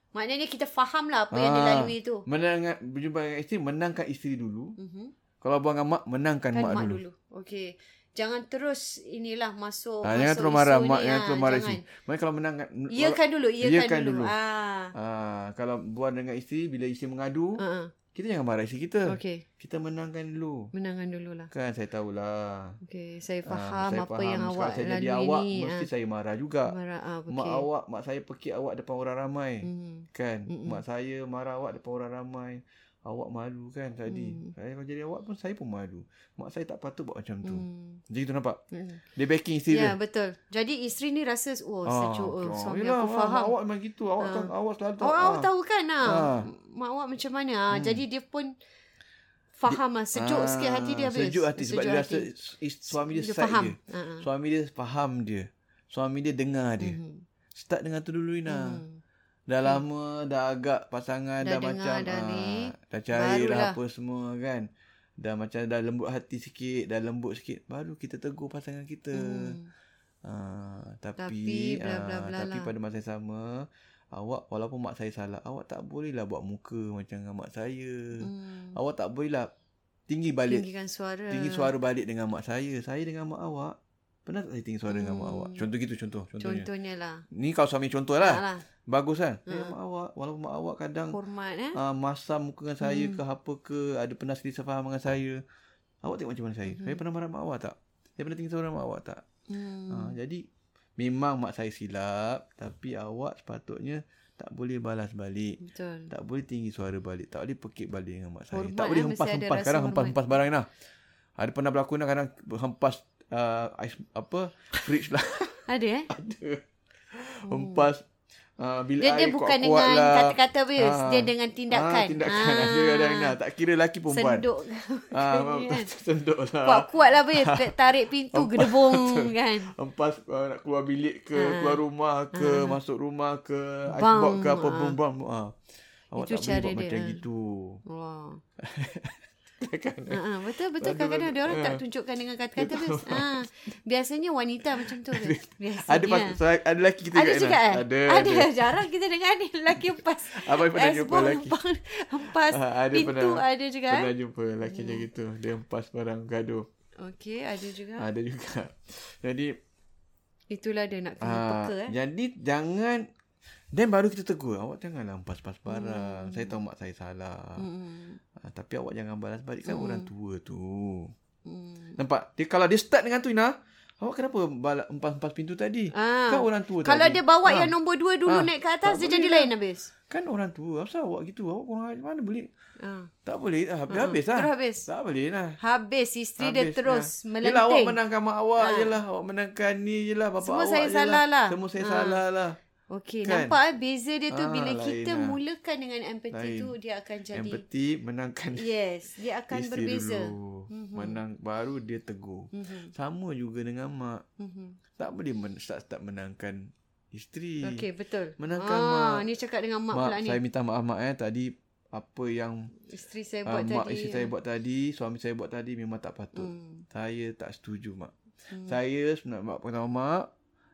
[SPEAKER 2] Maknanya kita faham lah apa yang
[SPEAKER 1] Ah,
[SPEAKER 2] dilalui tu.
[SPEAKER 1] Menangkan berjumpa dengan isteri, menangkan isteri dulu.
[SPEAKER 2] Mhm.
[SPEAKER 1] Kalau berbual dengan mak, menangkan
[SPEAKER 2] Kan
[SPEAKER 1] mak,
[SPEAKER 2] mak
[SPEAKER 1] dulu.
[SPEAKER 2] dulu. Okey. Jangan terus inilah masuk
[SPEAKER 1] Ah, jangan
[SPEAKER 2] Oh, masuk
[SPEAKER 1] terus marah
[SPEAKER 2] isu
[SPEAKER 1] mak,
[SPEAKER 2] ni,
[SPEAKER 1] jangan
[SPEAKER 2] ah,
[SPEAKER 1] terus marah
[SPEAKER 2] jangan. Ya
[SPEAKER 1] isteri. Maknanya kalau menang
[SPEAKER 2] Iyakan
[SPEAKER 1] kalau,
[SPEAKER 2] dulu, iyakan,
[SPEAKER 1] Iyakan
[SPEAKER 2] dulu.
[SPEAKER 1] dulu.
[SPEAKER 2] Ah.
[SPEAKER 1] ah, kalau buat dengan isteri bila isteri mengadu,
[SPEAKER 2] Ha. ah.
[SPEAKER 1] kita jangan marah isteri kita.
[SPEAKER 2] Okey.
[SPEAKER 1] Kita menangkan dulu.
[SPEAKER 2] Menangan dululah.
[SPEAKER 1] Kan saya tahulah.
[SPEAKER 2] Okey, saya
[SPEAKER 1] Ah,
[SPEAKER 2] faham
[SPEAKER 1] saya
[SPEAKER 2] apa yang
[SPEAKER 1] Sekarang
[SPEAKER 2] awak
[SPEAKER 1] saya jadi
[SPEAKER 2] lalui
[SPEAKER 1] awak,
[SPEAKER 2] ni.
[SPEAKER 1] mesti saya marah juga.
[SPEAKER 2] ah. Marah ah, okey.
[SPEAKER 1] Mak awak, mak saya pekik awak depan orang ramai.
[SPEAKER 2] Hmm.
[SPEAKER 1] Kan? Mak saya marah awak depan orang ramai. Awak malu kan tadi.
[SPEAKER 2] Hmm.
[SPEAKER 1] Saya kalau jadi awak pun saya pun malu. Mak saya tak patut buat macam tu.
[SPEAKER 2] Hmm.
[SPEAKER 1] Jadi tu nampak?
[SPEAKER 2] Hmm.
[SPEAKER 1] Dia backing isteri
[SPEAKER 2] Ya,
[SPEAKER 1] dia. Ah,
[SPEAKER 2] betul. Jadi isteri ni rasa, oh, sejuk. Oh, suami
[SPEAKER 1] yelah,
[SPEAKER 2] aku faham. Ah.
[SPEAKER 1] Awak memang gitu. Awak, kan, awak selalu
[SPEAKER 2] Awak awak
[SPEAKER 1] ah.
[SPEAKER 2] tahu kan ah,
[SPEAKER 1] Ah. Hmm.
[SPEAKER 2] mak awak macam mana ah. Jadi dia pun faham lah sejuk
[SPEAKER 1] Ah,
[SPEAKER 2] sikit hati dia habis.
[SPEAKER 1] Sejuk hati sebab dia rasa
[SPEAKER 2] hati.
[SPEAKER 1] is- suami dia,
[SPEAKER 2] Dia
[SPEAKER 1] side
[SPEAKER 2] faham.
[SPEAKER 1] dia.
[SPEAKER 2] Ah, ah.
[SPEAKER 1] Suami dia faham dia. Suami dia dengar dia.
[SPEAKER 2] Mhm.
[SPEAKER 1] Start dengan tu dulu Ina.
[SPEAKER 2] Hmm.
[SPEAKER 1] Dah lama dah agak pasangan
[SPEAKER 2] Dah
[SPEAKER 1] dah,
[SPEAKER 2] dengar
[SPEAKER 1] macam
[SPEAKER 2] dah
[SPEAKER 1] ah,
[SPEAKER 2] ni.
[SPEAKER 1] dah cari
[SPEAKER 2] Barulah.
[SPEAKER 1] lah apa semua kan. Dah macam dah lembut hati sikit, dah lembut sikit baru kita tegur pasangan kita.
[SPEAKER 2] Hmm.
[SPEAKER 1] Ah,
[SPEAKER 2] Tapi
[SPEAKER 1] tapi
[SPEAKER 2] bla bla
[SPEAKER 1] ah,
[SPEAKER 2] bla
[SPEAKER 1] tapi
[SPEAKER 2] lah.
[SPEAKER 1] pada masa yang sama awak walaupun mak saya salah, awak tak bolehlah buat muka macam dengan mak saya.
[SPEAKER 2] Hmm.
[SPEAKER 1] Awak tak bolehlah tinggi balik
[SPEAKER 2] Tinggikan suara.
[SPEAKER 1] tinggi suara balik dengan mak saya. Saya dengan mak awak. Pernah tak saya tinggi suara dengan mak
[SPEAKER 2] Hmm.
[SPEAKER 1] awak? Contoh gitu contoh contohnya. Contoh.
[SPEAKER 2] Contohnya lah.
[SPEAKER 1] Ni kalau suami contoh
[SPEAKER 2] Tak
[SPEAKER 1] lah.
[SPEAKER 2] lah.
[SPEAKER 1] Bagus kan? Saya
[SPEAKER 2] Hmm.
[SPEAKER 1] mak awak walaupun mak awak kadang
[SPEAKER 2] Hormat eh.
[SPEAKER 1] uh, masam muka dengan saya
[SPEAKER 2] Hmm.
[SPEAKER 1] ke apa ke ada pernah sedih faham dengan saya. Awak tengok macam mana saya? Saya pernah marah mak awak tak? Saya pernah tinggi suara dengan mak awak tak?
[SPEAKER 2] Hmm.
[SPEAKER 1] Ah, jadi memang mak saya silap tapi awak sepatutnya tak boleh balas balik.
[SPEAKER 2] Betul.
[SPEAKER 1] Tak boleh tinggi suara balik. Tak boleh pekik balik dengan mak saya.
[SPEAKER 2] Hormat
[SPEAKER 1] tak boleh
[SPEAKER 2] eh, mesti ada
[SPEAKER 1] hempas-hempas.
[SPEAKER 2] rasa
[SPEAKER 1] Kadang
[SPEAKER 2] hormat.
[SPEAKER 1] hempas-hempas barang lah. Ada pernah berlaku nak kadang hempas uh, ais, apa fridge lah.
[SPEAKER 2] Ada eh?
[SPEAKER 1] ada. Hempas uh, bilik
[SPEAKER 2] Hmm. Dia, dia
[SPEAKER 1] air
[SPEAKER 2] bukan
[SPEAKER 1] kuat-kuat
[SPEAKER 2] dengan
[SPEAKER 1] lah.
[SPEAKER 2] kata-kata bius.
[SPEAKER 1] Ah.
[SPEAKER 2] Dia dengan tindakan.
[SPEAKER 1] Ah, tindakan.
[SPEAKER 2] Ah.
[SPEAKER 1] Ada kadang nak. Tak kira lelaki perempuan.
[SPEAKER 2] Senduk.
[SPEAKER 1] Ah,
[SPEAKER 2] Kan?
[SPEAKER 1] senduk lah.
[SPEAKER 2] Kuat-kuat lah bius. Tarik pintu gedebung kan.
[SPEAKER 1] Hempas uh, nak keluar bilik ke, keluar rumah ke, masuk rumah ke,
[SPEAKER 2] Ah. Bang,
[SPEAKER 1] icebox ke apa,
[SPEAKER 2] ah.
[SPEAKER 1] bang, bang. Ah. Awak
[SPEAKER 2] Itu
[SPEAKER 1] tak boleh
[SPEAKER 2] cara
[SPEAKER 1] buat
[SPEAKER 2] dia,
[SPEAKER 1] macam
[SPEAKER 2] ah.
[SPEAKER 1] gitu.
[SPEAKER 2] Wah.
[SPEAKER 1] Kan?
[SPEAKER 2] Ha, betul betul
[SPEAKER 1] Bagus,
[SPEAKER 2] kadang-kadang dia orang
[SPEAKER 1] bagus.
[SPEAKER 2] tak tunjukkan dengan kata-kata bius. Ha, biasanya wanita macam tu. Bius. Biasanya.
[SPEAKER 1] Ada pas, saya- ada lelaki kita
[SPEAKER 2] eh? ada
[SPEAKER 1] kat
[SPEAKER 2] juga
[SPEAKER 1] Anas.
[SPEAKER 2] eh?
[SPEAKER 1] Ada.
[SPEAKER 2] ada. Jarang kita dengar ni lelaki hempas.
[SPEAKER 1] Abang pernah jumpa
[SPEAKER 2] Esbong
[SPEAKER 1] lelaki.
[SPEAKER 2] hempang- Hempas
[SPEAKER 1] Ah, ada
[SPEAKER 2] pintu
[SPEAKER 1] pernah-
[SPEAKER 2] ada juga eh?
[SPEAKER 1] Pernah jumpa lelaki macam gitu. Dia hempas barang gaduh. Ah,
[SPEAKER 2] Okey, ada juga.
[SPEAKER 1] Ada juga. Jadi,
[SPEAKER 2] Itulah dia nak kena
[SPEAKER 1] ah,
[SPEAKER 2] peka eh.
[SPEAKER 1] jadi jangan dan baru kita tegur. Awak janganlah hempas-hempas barang. Saya tahu mak saya salah.
[SPEAKER 2] Hmm.
[SPEAKER 1] Ah, tapi awak jangan balas balik kan orang tua tu.
[SPEAKER 2] Hmm.
[SPEAKER 1] Nampak? Dia kalau dia start dengan tu Ina, awak kenapa balak empas-empas pintu tadi?
[SPEAKER 2] Ah.
[SPEAKER 1] Kan orang tua
[SPEAKER 2] Kalau
[SPEAKER 1] tadi.
[SPEAKER 2] dia bawa
[SPEAKER 1] Ah.
[SPEAKER 2] yang nombor dua dulu
[SPEAKER 1] Ah,
[SPEAKER 2] naik ke atas, dia
[SPEAKER 1] tak boleh
[SPEAKER 2] jadi
[SPEAKER 1] lah.
[SPEAKER 2] lain habis.
[SPEAKER 1] Kan orang tua, apa awak gitu? Awak kurang ajar mana boleh?
[SPEAKER 2] Ah.
[SPEAKER 1] Tak boleh. Ah, habis, habis lah.
[SPEAKER 2] Terus habis.
[SPEAKER 1] Tak boleh lah.
[SPEAKER 2] Habis isteri dia
[SPEAKER 1] Habis,
[SPEAKER 2] terus
[SPEAKER 1] ah. Yelah
[SPEAKER 2] melenting.
[SPEAKER 1] awak
[SPEAKER 2] Ha.
[SPEAKER 1] menangkan mak awak je lah. Awak menangkan ni je lah. Bapak
[SPEAKER 2] Semua
[SPEAKER 1] awak
[SPEAKER 2] saya
[SPEAKER 1] je
[SPEAKER 2] salah lah.
[SPEAKER 1] Semua saya
[SPEAKER 2] Ah.
[SPEAKER 1] salah lah.
[SPEAKER 2] Okey,
[SPEAKER 1] Kan?
[SPEAKER 2] nampak eh beza dia tu
[SPEAKER 1] Ah,
[SPEAKER 2] bila
[SPEAKER 1] lain
[SPEAKER 2] kita
[SPEAKER 1] lah.
[SPEAKER 2] mulakan dengan empathy
[SPEAKER 1] Lain.
[SPEAKER 2] tu dia akan jadi.
[SPEAKER 1] Empathy menangkan
[SPEAKER 2] Yes, dia akan
[SPEAKER 1] isteri
[SPEAKER 2] berbeza.
[SPEAKER 1] dulu. Mhm. Menang, baru dia tegur.
[SPEAKER 2] Mhm,
[SPEAKER 1] Sama juga dengan mak.
[SPEAKER 2] mhm.
[SPEAKER 1] Tak boleh men- start-start menangkan isteri.
[SPEAKER 2] Okey, betul.
[SPEAKER 1] Menangkan
[SPEAKER 2] ah,
[SPEAKER 1] mak.
[SPEAKER 2] ni cakap dengan mak,
[SPEAKER 1] Mak,
[SPEAKER 2] pula ni.
[SPEAKER 1] saya minta maaf mak eh tadi apa yang
[SPEAKER 2] Isteri saya
[SPEAKER 1] uh,
[SPEAKER 2] buat tadi. ya.
[SPEAKER 1] mak isteri saya buat tadi, suami saya buat tadi memang tak patut.
[SPEAKER 2] Hmm.
[SPEAKER 1] Saya tak setuju mak. Saya sebenarnya mak pertama mak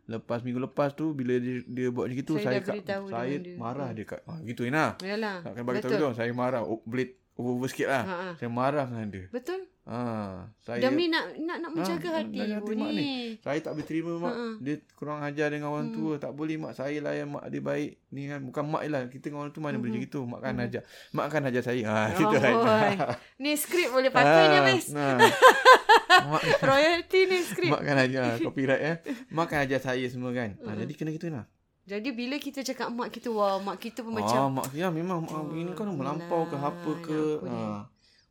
[SPEAKER 1] lepas minggu lepas tu bila dia, dia buat macam tu
[SPEAKER 2] Saya dah
[SPEAKER 1] saya saya,
[SPEAKER 2] beritahu
[SPEAKER 1] kat, saya
[SPEAKER 2] dengan dia.
[SPEAKER 1] marah dia kat ha, gitu Ina.
[SPEAKER 2] Yalah.
[SPEAKER 1] Nak kena bagi tahu
[SPEAKER 2] betul.
[SPEAKER 1] dong saya marah oh, blade over over sikit lah.
[SPEAKER 2] Ha, ha.
[SPEAKER 1] Saya marah dengan dia.
[SPEAKER 2] Betul.
[SPEAKER 1] Ha, saya Ah,
[SPEAKER 2] Dam ni nak nak nak menjaga
[SPEAKER 1] nak
[SPEAKER 2] hati
[SPEAKER 1] jaga
[SPEAKER 2] ibu
[SPEAKER 1] hati mak
[SPEAKER 2] ni.
[SPEAKER 1] ni. saya tak boleh terima mak.
[SPEAKER 2] Ha, ha.
[SPEAKER 1] Dia kurang ajar dengan orang
[SPEAKER 2] Hmm.
[SPEAKER 1] tua. Tak boleh mak saya layan mak dia baik. Ni kan bukan mak je lah. Kita dengan orang tua mana boleh
[SPEAKER 2] Hmm.
[SPEAKER 1] macam gitu. Mak kan ajar. Mak kan ajar saya. Ha gitu kan.
[SPEAKER 2] Oi. Ya Ni skrip boleh pakai
[SPEAKER 1] Ah.
[SPEAKER 2] ni wis.
[SPEAKER 1] nah. mak
[SPEAKER 2] Royalty ni skrip.
[SPEAKER 1] mak kan ajar copyright ya. Mak kan ajar saya semua kan. Ha, jadi kena gitu lah.
[SPEAKER 2] Jadi bila kita cakap mak kita wah mak kita pun
[SPEAKER 1] Macam, ah,
[SPEAKER 2] Oh, macam
[SPEAKER 1] mak ya memang mak
[SPEAKER 2] Oh, ya
[SPEAKER 1] ini kan melampau ke
[SPEAKER 2] alah,
[SPEAKER 1] apa
[SPEAKER 2] anak
[SPEAKER 1] ke.
[SPEAKER 2] aku ni.
[SPEAKER 1] Ha.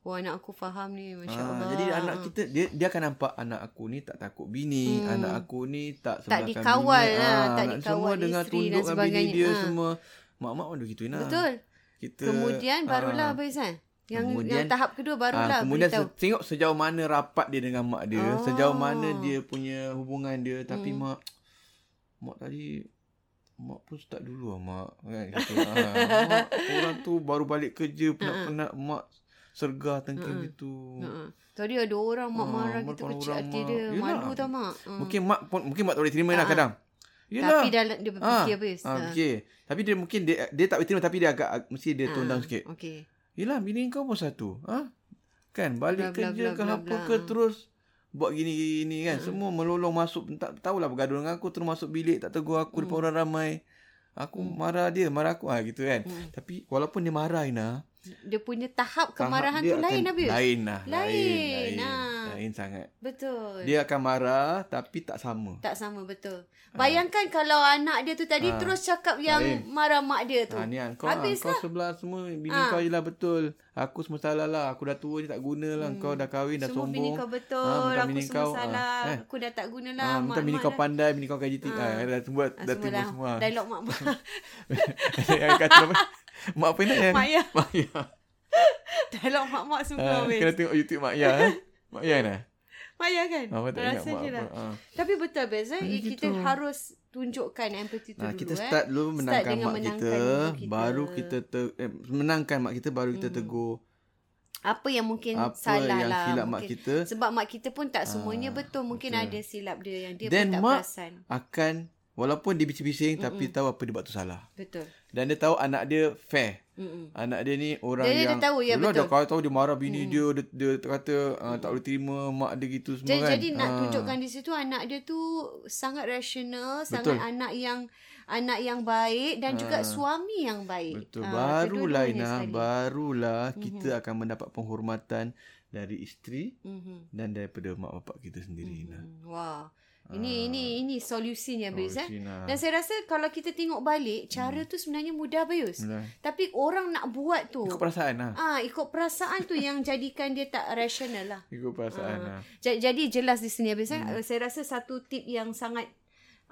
[SPEAKER 2] wah anak aku faham ni
[SPEAKER 1] Ah,
[SPEAKER 2] masya-Allah.
[SPEAKER 1] jadi anak kita dia dia akan nampak anak aku ni tak takut bini, hmm. anak aku ni tak
[SPEAKER 2] Mm. Tak
[SPEAKER 1] sebelahkan
[SPEAKER 2] dikawal
[SPEAKER 1] bini.
[SPEAKER 2] lah,
[SPEAKER 1] Ah,
[SPEAKER 2] tak
[SPEAKER 1] anak
[SPEAKER 2] dikawal
[SPEAKER 1] semua dengan
[SPEAKER 2] isteri dan
[SPEAKER 1] tunduk dengan bini
[SPEAKER 2] sebagainya.
[SPEAKER 1] dia
[SPEAKER 2] Ah.
[SPEAKER 1] semua. Mak-mak pun gitu nah.
[SPEAKER 2] Betul.
[SPEAKER 1] Kita
[SPEAKER 2] Kemudian barulah
[SPEAKER 1] ah,
[SPEAKER 2] habis kan. Yang yang
[SPEAKER 1] Kemudian-
[SPEAKER 2] tahap kedua
[SPEAKER 1] ah,
[SPEAKER 2] barulah
[SPEAKER 1] kemudian
[SPEAKER 2] beritahu.
[SPEAKER 1] se- tengok sejauh mana rapat dia dengan mak dia,
[SPEAKER 2] Ah.
[SPEAKER 1] oh. sejauh mana dia punya hubungan dia tapi hmm. mak mak tadi mak pun start dulu lah mak kan gitu. ah, mak, orang tu baru balik kerja
[SPEAKER 2] Hmm.
[SPEAKER 1] penat-penat mak sergah tengking gitu.
[SPEAKER 2] Ha. Tadi ada orang mak
[SPEAKER 1] Ah,
[SPEAKER 2] marah
[SPEAKER 1] mak
[SPEAKER 2] kita
[SPEAKER 1] kalau
[SPEAKER 2] kecil
[SPEAKER 1] orang
[SPEAKER 2] hati
[SPEAKER 1] mak-
[SPEAKER 2] dia.
[SPEAKER 1] Yelah.
[SPEAKER 2] Malu tau mak. Ha.
[SPEAKER 1] Mungkin mak pun mungkin mak tak boleh terima lah
[SPEAKER 2] Ah,
[SPEAKER 1] kadang.
[SPEAKER 2] Tapi dalam dia berfikir habis.
[SPEAKER 1] Ha, fikir. Tapi dia mungkin dia dia tak boleh terima tapi dia agak ag- mesti dia tone
[SPEAKER 2] Ah.
[SPEAKER 1] down sikit.
[SPEAKER 2] Okey.
[SPEAKER 1] Yelah bini kau pun satu. Ha? Kan
[SPEAKER 2] Bla,
[SPEAKER 1] balik
[SPEAKER 2] bla,
[SPEAKER 1] kerja
[SPEAKER 2] bla,
[SPEAKER 1] ke
[SPEAKER 2] bla,
[SPEAKER 1] apa
[SPEAKER 2] bla,
[SPEAKER 1] ke
[SPEAKER 2] ah.
[SPEAKER 1] terus buat gini gini, gini kan.
[SPEAKER 2] Hmm.
[SPEAKER 1] Semua melolong masuk tak tahulah bergaduh dengan aku terus masuk bilik tak tegur aku depan
[SPEAKER 2] Hmm.
[SPEAKER 1] orang ramai. Aku marah dia, marah aku ah gitu kan.
[SPEAKER 2] Hmm.
[SPEAKER 1] Tapi walaupun dia marah Ina,
[SPEAKER 2] Dia punya tahap
[SPEAKER 1] tahap
[SPEAKER 2] kemarahan
[SPEAKER 1] dia
[SPEAKER 2] tu lain
[SPEAKER 1] akan-
[SPEAKER 2] habis.
[SPEAKER 1] Lain lah.
[SPEAKER 2] Lain,
[SPEAKER 1] Lain, lain,
[SPEAKER 2] ah.
[SPEAKER 1] lain sangat.
[SPEAKER 2] Betul.
[SPEAKER 1] Dia akan marah tapi tak sama.
[SPEAKER 2] Tak sama betul. Bayangkan kalau anak dia tu tadi
[SPEAKER 1] Ah.
[SPEAKER 2] terus cakap yang
[SPEAKER 1] Lain.
[SPEAKER 2] marah mak dia tu.
[SPEAKER 1] Ha ni kan kau
[SPEAKER 2] Habis lah.
[SPEAKER 1] Habis ha, kau sebelah semua bini
[SPEAKER 2] Ha.
[SPEAKER 1] ha. kau je lah betul. Aku semua salah lah. Aku dah tua ni tak guna lah. Hmm. Kau dah kahwin dah
[SPEAKER 2] semua bini
[SPEAKER 1] sombong.
[SPEAKER 2] kau betul.
[SPEAKER 1] Ah, minta
[SPEAKER 2] aku
[SPEAKER 1] bini
[SPEAKER 2] semua
[SPEAKER 1] kau, ah,
[SPEAKER 2] salah.
[SPEAKER 1] eh.
[SPEAKER 2] Aku dah tak guna lah.
[SPEAKER 1] Ha, minta bini kau pandai, bini kau gaji tinggi.
[SPEAKER 2] Ah.
[SPEAKER 1] Ha. dah semua
[SPEAKER 2] Ah,
[SPEAKER 1] dah timbul
[SPEAKER 2] dah.
[SPEAKER 1] semua.
[SPEAKER 2] Dialog mak-mak.
[SPEAKER 1] yang kata apa? Mak apa nak yang?
[SPEAKER 2] Mak Ya.
[SPEAKER 1] Mak Ya.
[SPEAKER 2] Dialog mak-mak
[SPEAKER 1] Ah,
[SPEAKER 2] semua.
[SPEAKER 1] kena
[SPEAKER 2] Uh,
[SPEAKER 1] tengok YouTube Mak Ya. eh? Mak Ya nah.
[SPEAKER 2] mak ya kan?
[SPEAKER 1] Ha, tak ingat
[SPEAKER 2] Rasa
[SPEAKER 1] mak
[SPEAKER 2] je
[SPEAKER 1] apa.
[SPEAKER 2] lah.
[SPEAKER 1] Ha.
[SPEAKER 2] Tapi betul Bez eh?
[SPEAKER 1] Begitu.
[SPEAKER 2] Kita harus tunjukkan empathy tu
[SPEAKER 1] Nah,
[SPEAKER 2] dulu
[SPEAKER 1] kita
[SPEAKER 2] eh.
[SPEAKER 1] start dulu menangkan
[SPEAKER 2] dengan
[SPEAKER 1] mak
[SPEAKER 2] menangkan
[SPEAKER 1] kita,
[SPEAKER 2] ibu kita. Hmm.
[SPEAKER 1] baru kita ter, eh, menangkan mak kita baru kita tegur
[SPEAKER 2] Apa yang mungkin
[SPEAKER 1] apa
[SPEAKER 2] salah
[SPEAKER 1] yang
[SPEAKER 2] lah.
[SPEAKER 1] silap mak
[SPEAKER 2] mungkin.
[SPEAKER 1] kita. Ah,
[SPEAKER 2] Sebab mak kita pun tak semuanya betul. Mungkin
[SPEAKER 1] betul.
[SPEAKER 2] ada silap dia yang dia pun
[SPEAKER 1] Then
[SPEAKER 2] tak
[SPEAKER 1] mak-
[SPEAKER 2] perasan.
[SPEAKER 1] akan walaupun dia bising-bising tapi
[SPEAKER 2] Hmm.
[SPEAKER 1] tahu apa dia buat tu salah.
[SPEAKER 2] Betul.
[SPEAKER 1] Dan dia tahu anak dia fair.
[SPEAKER 2] Mm-mm.
[SPEAKER 1] Anak dia ni orang
[SPEAKER 2] Dia- dia
[SPEAKER 1] yang
[SPEAKER 2] tahu, ya,
[SPEAKER 1] Yelah,
[SPEAKER 2] betul. Hmm.
[SPEAKER 1] Dia kalau tahu dia marah bini dia, dia dia kata uh, tak boleh terima mak dia gitu semua
[SPEAKER 2] Jadi,
[SPEAKER 1] kan.
[SPEAKER 2] jadi nak
[SPEAKER 1] Ah.
[SPEAKER 2] tunjukkan di situ anak dia tu sangat rasional,
[SPEAKER 1] Betul. Ah.
[SPEAKER 2] sangat anak yang anak yang baik dan juga suami yang baik.
[SPEAKER 1] Betul.
[SPEAKER 2] Ah,
[SPEAKER 1] barulah
[SPEAKER 2] kedua-duanya
[SPEAKER 1] Ina,
[SPEAKER 2] sekali.
[SPEAKER 1] barulah kita akan mendapat penghormatan dari isteri
[SPEAKER 2] Mhm.
[SPEAKER 1] dan daripada mak bapak kita sendiri Ina.
[SPEAKER 2] Hmm, Wah. Ini ini ini solusinya Bayus eh.
[SPEAKER 1] Ah. Solusi, ah. Hmm. nah.
[SPEAKER 2] Dan saya rasa kalau kita tengok balik cara tu sebenarnya mudah Bayus.
[SPEAKER 1] Mudah.
[SPEAKER 2] Tapi orang nak buat tu.
[SPEAKER 1] Ikut perasaan lah.
[SPEAKER 2] Ah, ikut perasaan tu yang jadikan dia tak rasional lah.
[SPEAKER 1] Ikut perasaan lah.
[SPEAKER 2] Ja- Jadi jelas di sini habis hmm. saya rasa satu tip yang sangat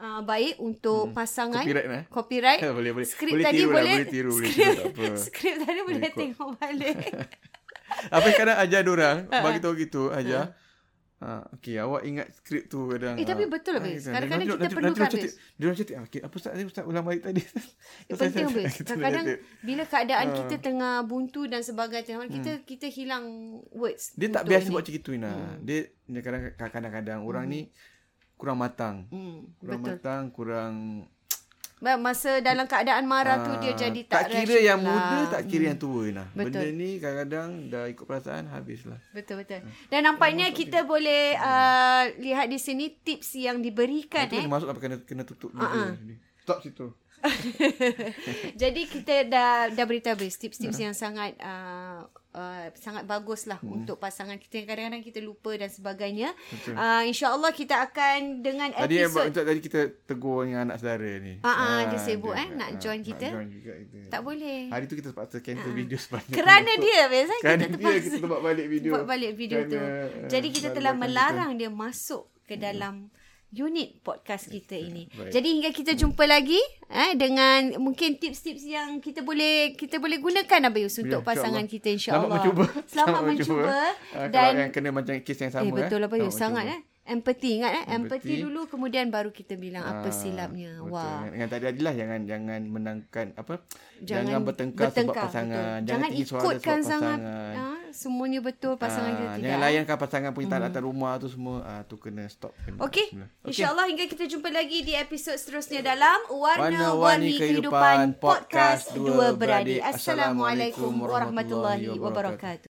[SPEAKER 2] uh, baik untuk hmm. pasangan
[SPEAKER 1] Copyright nah.
[SPEAKER 2] copyright
[SPEAKER 1] boleh boleh.
[SPEAKER 2] Eh, skrip
[SPEAKER 1] boleh
[SPEAKER 2] tadi
[SPEAKER 1] tiru
[SPEAKER 2] boleh
[SPEAKER 1] lah, boleh tiru, boleh
[SPEAKER 2] skrip,
[SPEAKER 1] tiru tak apa.
[SPEAKER 2] skrip tadi boleh,
[SPEAKER 1] Boleh ikut.
[SPEAKER 2] tengok balik
[SPEAKER 1] Apa yang kadang ajar diorang
[SPEAKER 2] Ah,
[SPEAKER 1] Bagi tahu gitu Ajar Ha, okay, awak ingat skrip tu kadang.
[SPEAKER 2] Eh, tapi
[SPEAKER 1] ah.
[SPEAKER 2] betul,
[SPEAKER 1] Ah,
[SPEAKER 2] Hafiz.
[SPEAKER 1] gitu.
[SPEAKER 2] Kadang-kadang
[SPEAKER 1] Nanti-
[SPEAKER 2] kita
[SPEAKER 1] nanti-
[SPEAKER 2] perlukan,
[SPEAKER 1] nanti dia
[SPEAKER 2] Hafiz.
[SPEAKER 1] catat. Dia orang cakap, okay, "Ah, apa ustaz tadi? Ustaz ulang balik tadi.
[SPEAKER 2] Eh, penting habis
[SPEAKER 1] Kita Ah.
[SPEAKER 2] kadang-kadang
[SPEAKER 1] boleh catat.
[SPEAKER 2] bila keadaan kita tengah buntu dan sebagainya kita kita hilang words
[SPEAKER 1] Hmm. Dia tak
[SPEAKER 2] untuk
[SPEAKER 1] biasa
[SPEAKER 2] ni. Hmm.
[SPEAKER 1] buat macam itu, Ina. Dia dia kadang- kadang-kadang orang ni kurang matang.
[SPEAKER 2] hmm,
[SPEAKER 1] Kurang
[SPEAKER 2] betul
[SPEAKER 1] matang, kurang...
[SPEAKER 2] Ba- masa dalam keadaan marah tu
[SPEAKER 1] ah,
[SPEAKER 2] dia jadi tak
[SPEAKER 1] tak kira yang
[SPEAKER 2] rasional
[SPEAKER 1] muda,
[SPEAKER 2] lah.
[SPEAKER 1] tak kira yang tua, Ina.
[SPEAKER 2] Betul.
[SPEAKER 1] Benda ni kadang-kadang dah ikut perasaan, habislah.
[SPEAKER 2] Betul betul.
[SPEAKER 1] Hmm.
[SPEAKER 2] Dan nampaknya kita boleh uh, lihat di sini tips yang diberikan
[SPEAKER 1] Itu
[SPEAKER 2] eh.
[SPEAKER 1] dia masuk lah kena, kena tutup dulu. ni. Stop situ.
[SPEAKER 2] Jadi kita dah dah beritahu habis tips-tips
[SPEAKER 1] Hmm.
[SPEAKER 2] yang sangat uh, uh, sangat baguslah untuk pasangan kita yang kadang-kadang kita lupa dan sebagainya. Uh, InsyaAllah kita akan dengan
[SPEAKER 1] Tadi
[SPEAKER 2] episod
[SPEAKER 1] episode... tadi kita tegur dengan anak saudara ni. ah,
[SPEAKER 2] Ah, ah, dia sibuk, eh, nak join kita.
[SPEAKER 1] Nak join juga kita.
[SPEAKER 2] tak boleh.
[SPEAKER 1] Hari tu kita terpaksa cancel video sebanyak.
[SPEAKER 2] Kerana
[SPEAKER 1] lima.
[SPEAKER 2] dia biasa
[SPEAKER 1] Kerana
[SPEAKER 2] kita
[SPEAKER 1] dia
[SPEAKER 2] terpaksa
[SPEAKER 1] kita buat balik video.
[SPEAKER 2] buat balik video tu.
[SPEAKER 1] Kerana,
[SPEAKER 2] Jadi
[SPEAKER 1] eh,
[SPEAKER 2] kita
[SPEAKER 1] baru
[SPEAKER 2] telah
[SPEAKER 1] akan
[SPEAKER 2] melarang dia masuk ke dalam unit podcast kita ini.
[SPEAKER 1] Hmm. Baik.
[SPEAKER 2] Jadi hingga kita jumpa lagi eh dengan mungkin tips-tips yang kita boleh kita boleh gunakan Abayus
[SPEAKER 1] Ya,
[SPEAKER 2] untuk pasangan
[SPEAKER 1] insyaAllah.
[SPEAKER 2] kita insya-Allah.
[SPEAKER 1] Selamat mencuba.
[SPEAKER 2] Selamat mencuba
[SPEAKER 1] Ah,
[SPEAKER 2] dan
[SPEAKER 1] kalau yang kena macam kes yang sama
[SPEAKER 2] eh betul
[SPEAKER 1] eh.
[SPEAKER 2] Abayus
[SPEAKER 1] Selamat
[SPEAKER 2] sangat
[SPEAKER 1] mencuba.
[SPEAKER 2] eh. empathy ingat eh empathy,
[SPEAKER 1] Empathy.
[SPEAKER 2] dulu kemudian baru kita bilang apa
[SPEAKER 1] Ah,
[SPEAKER 2] silapnya
[SPEAKER 1] betul.
[SPEAKER 2] wah
[SPEAKER 1] Dengan tak ada adilah jangan jangan menangkan apa? Jangan, bertengkar, sebab
[SPEAKER 2] bertengkar,
[SPEAKER 1] pasangan.
[SPEAKER 2] betul.
[SPEAKER 1] Jangan,
[SPEAKER 2] jangan
[SPEAKER 1] tinggi suara sebab
[SPEAKER 2] ikutkan sangat
[SPEAKER 1] pasangan.
[SPEAKER 2] ha, semuanya betul pasangan kita
[SPEAKER 1] Ah,
[SPEAKER 2] tidak
[SPEAKER 1] Jangan
[SPEAKER 2] eh.
[SPEAKER 1] layankan pasangan punya taat atas rumah tu semua. Ah tu kena stop. Kena.
[SPEAKER 2] Okey.
[SPEAKER 1] Bismillah.
[SPEAKER 2] InsyaAllah hingga kita jumpa lagi di episod seterusnya dalam
[SPEAKER 1] Warna-Warni
[SPEAKER 2] Warna-Warni Kehidupan
[SPEAKER 1] Kehidupan
[SPEAKER 2] Podcast
[SPEAKER 1] Podcast
[SPEAKER 2] Dua
[SPEAKER 1] Dua Beradik.
[SPEAKER 2] Beradik. Assalamualaikum
[SPEAKER 1] Assalamualaikum
[SPEAKER 2] warahmatullahi
[SPEAKER 1] warahmatullahi
[SPEAKER 2] wabarakatuh.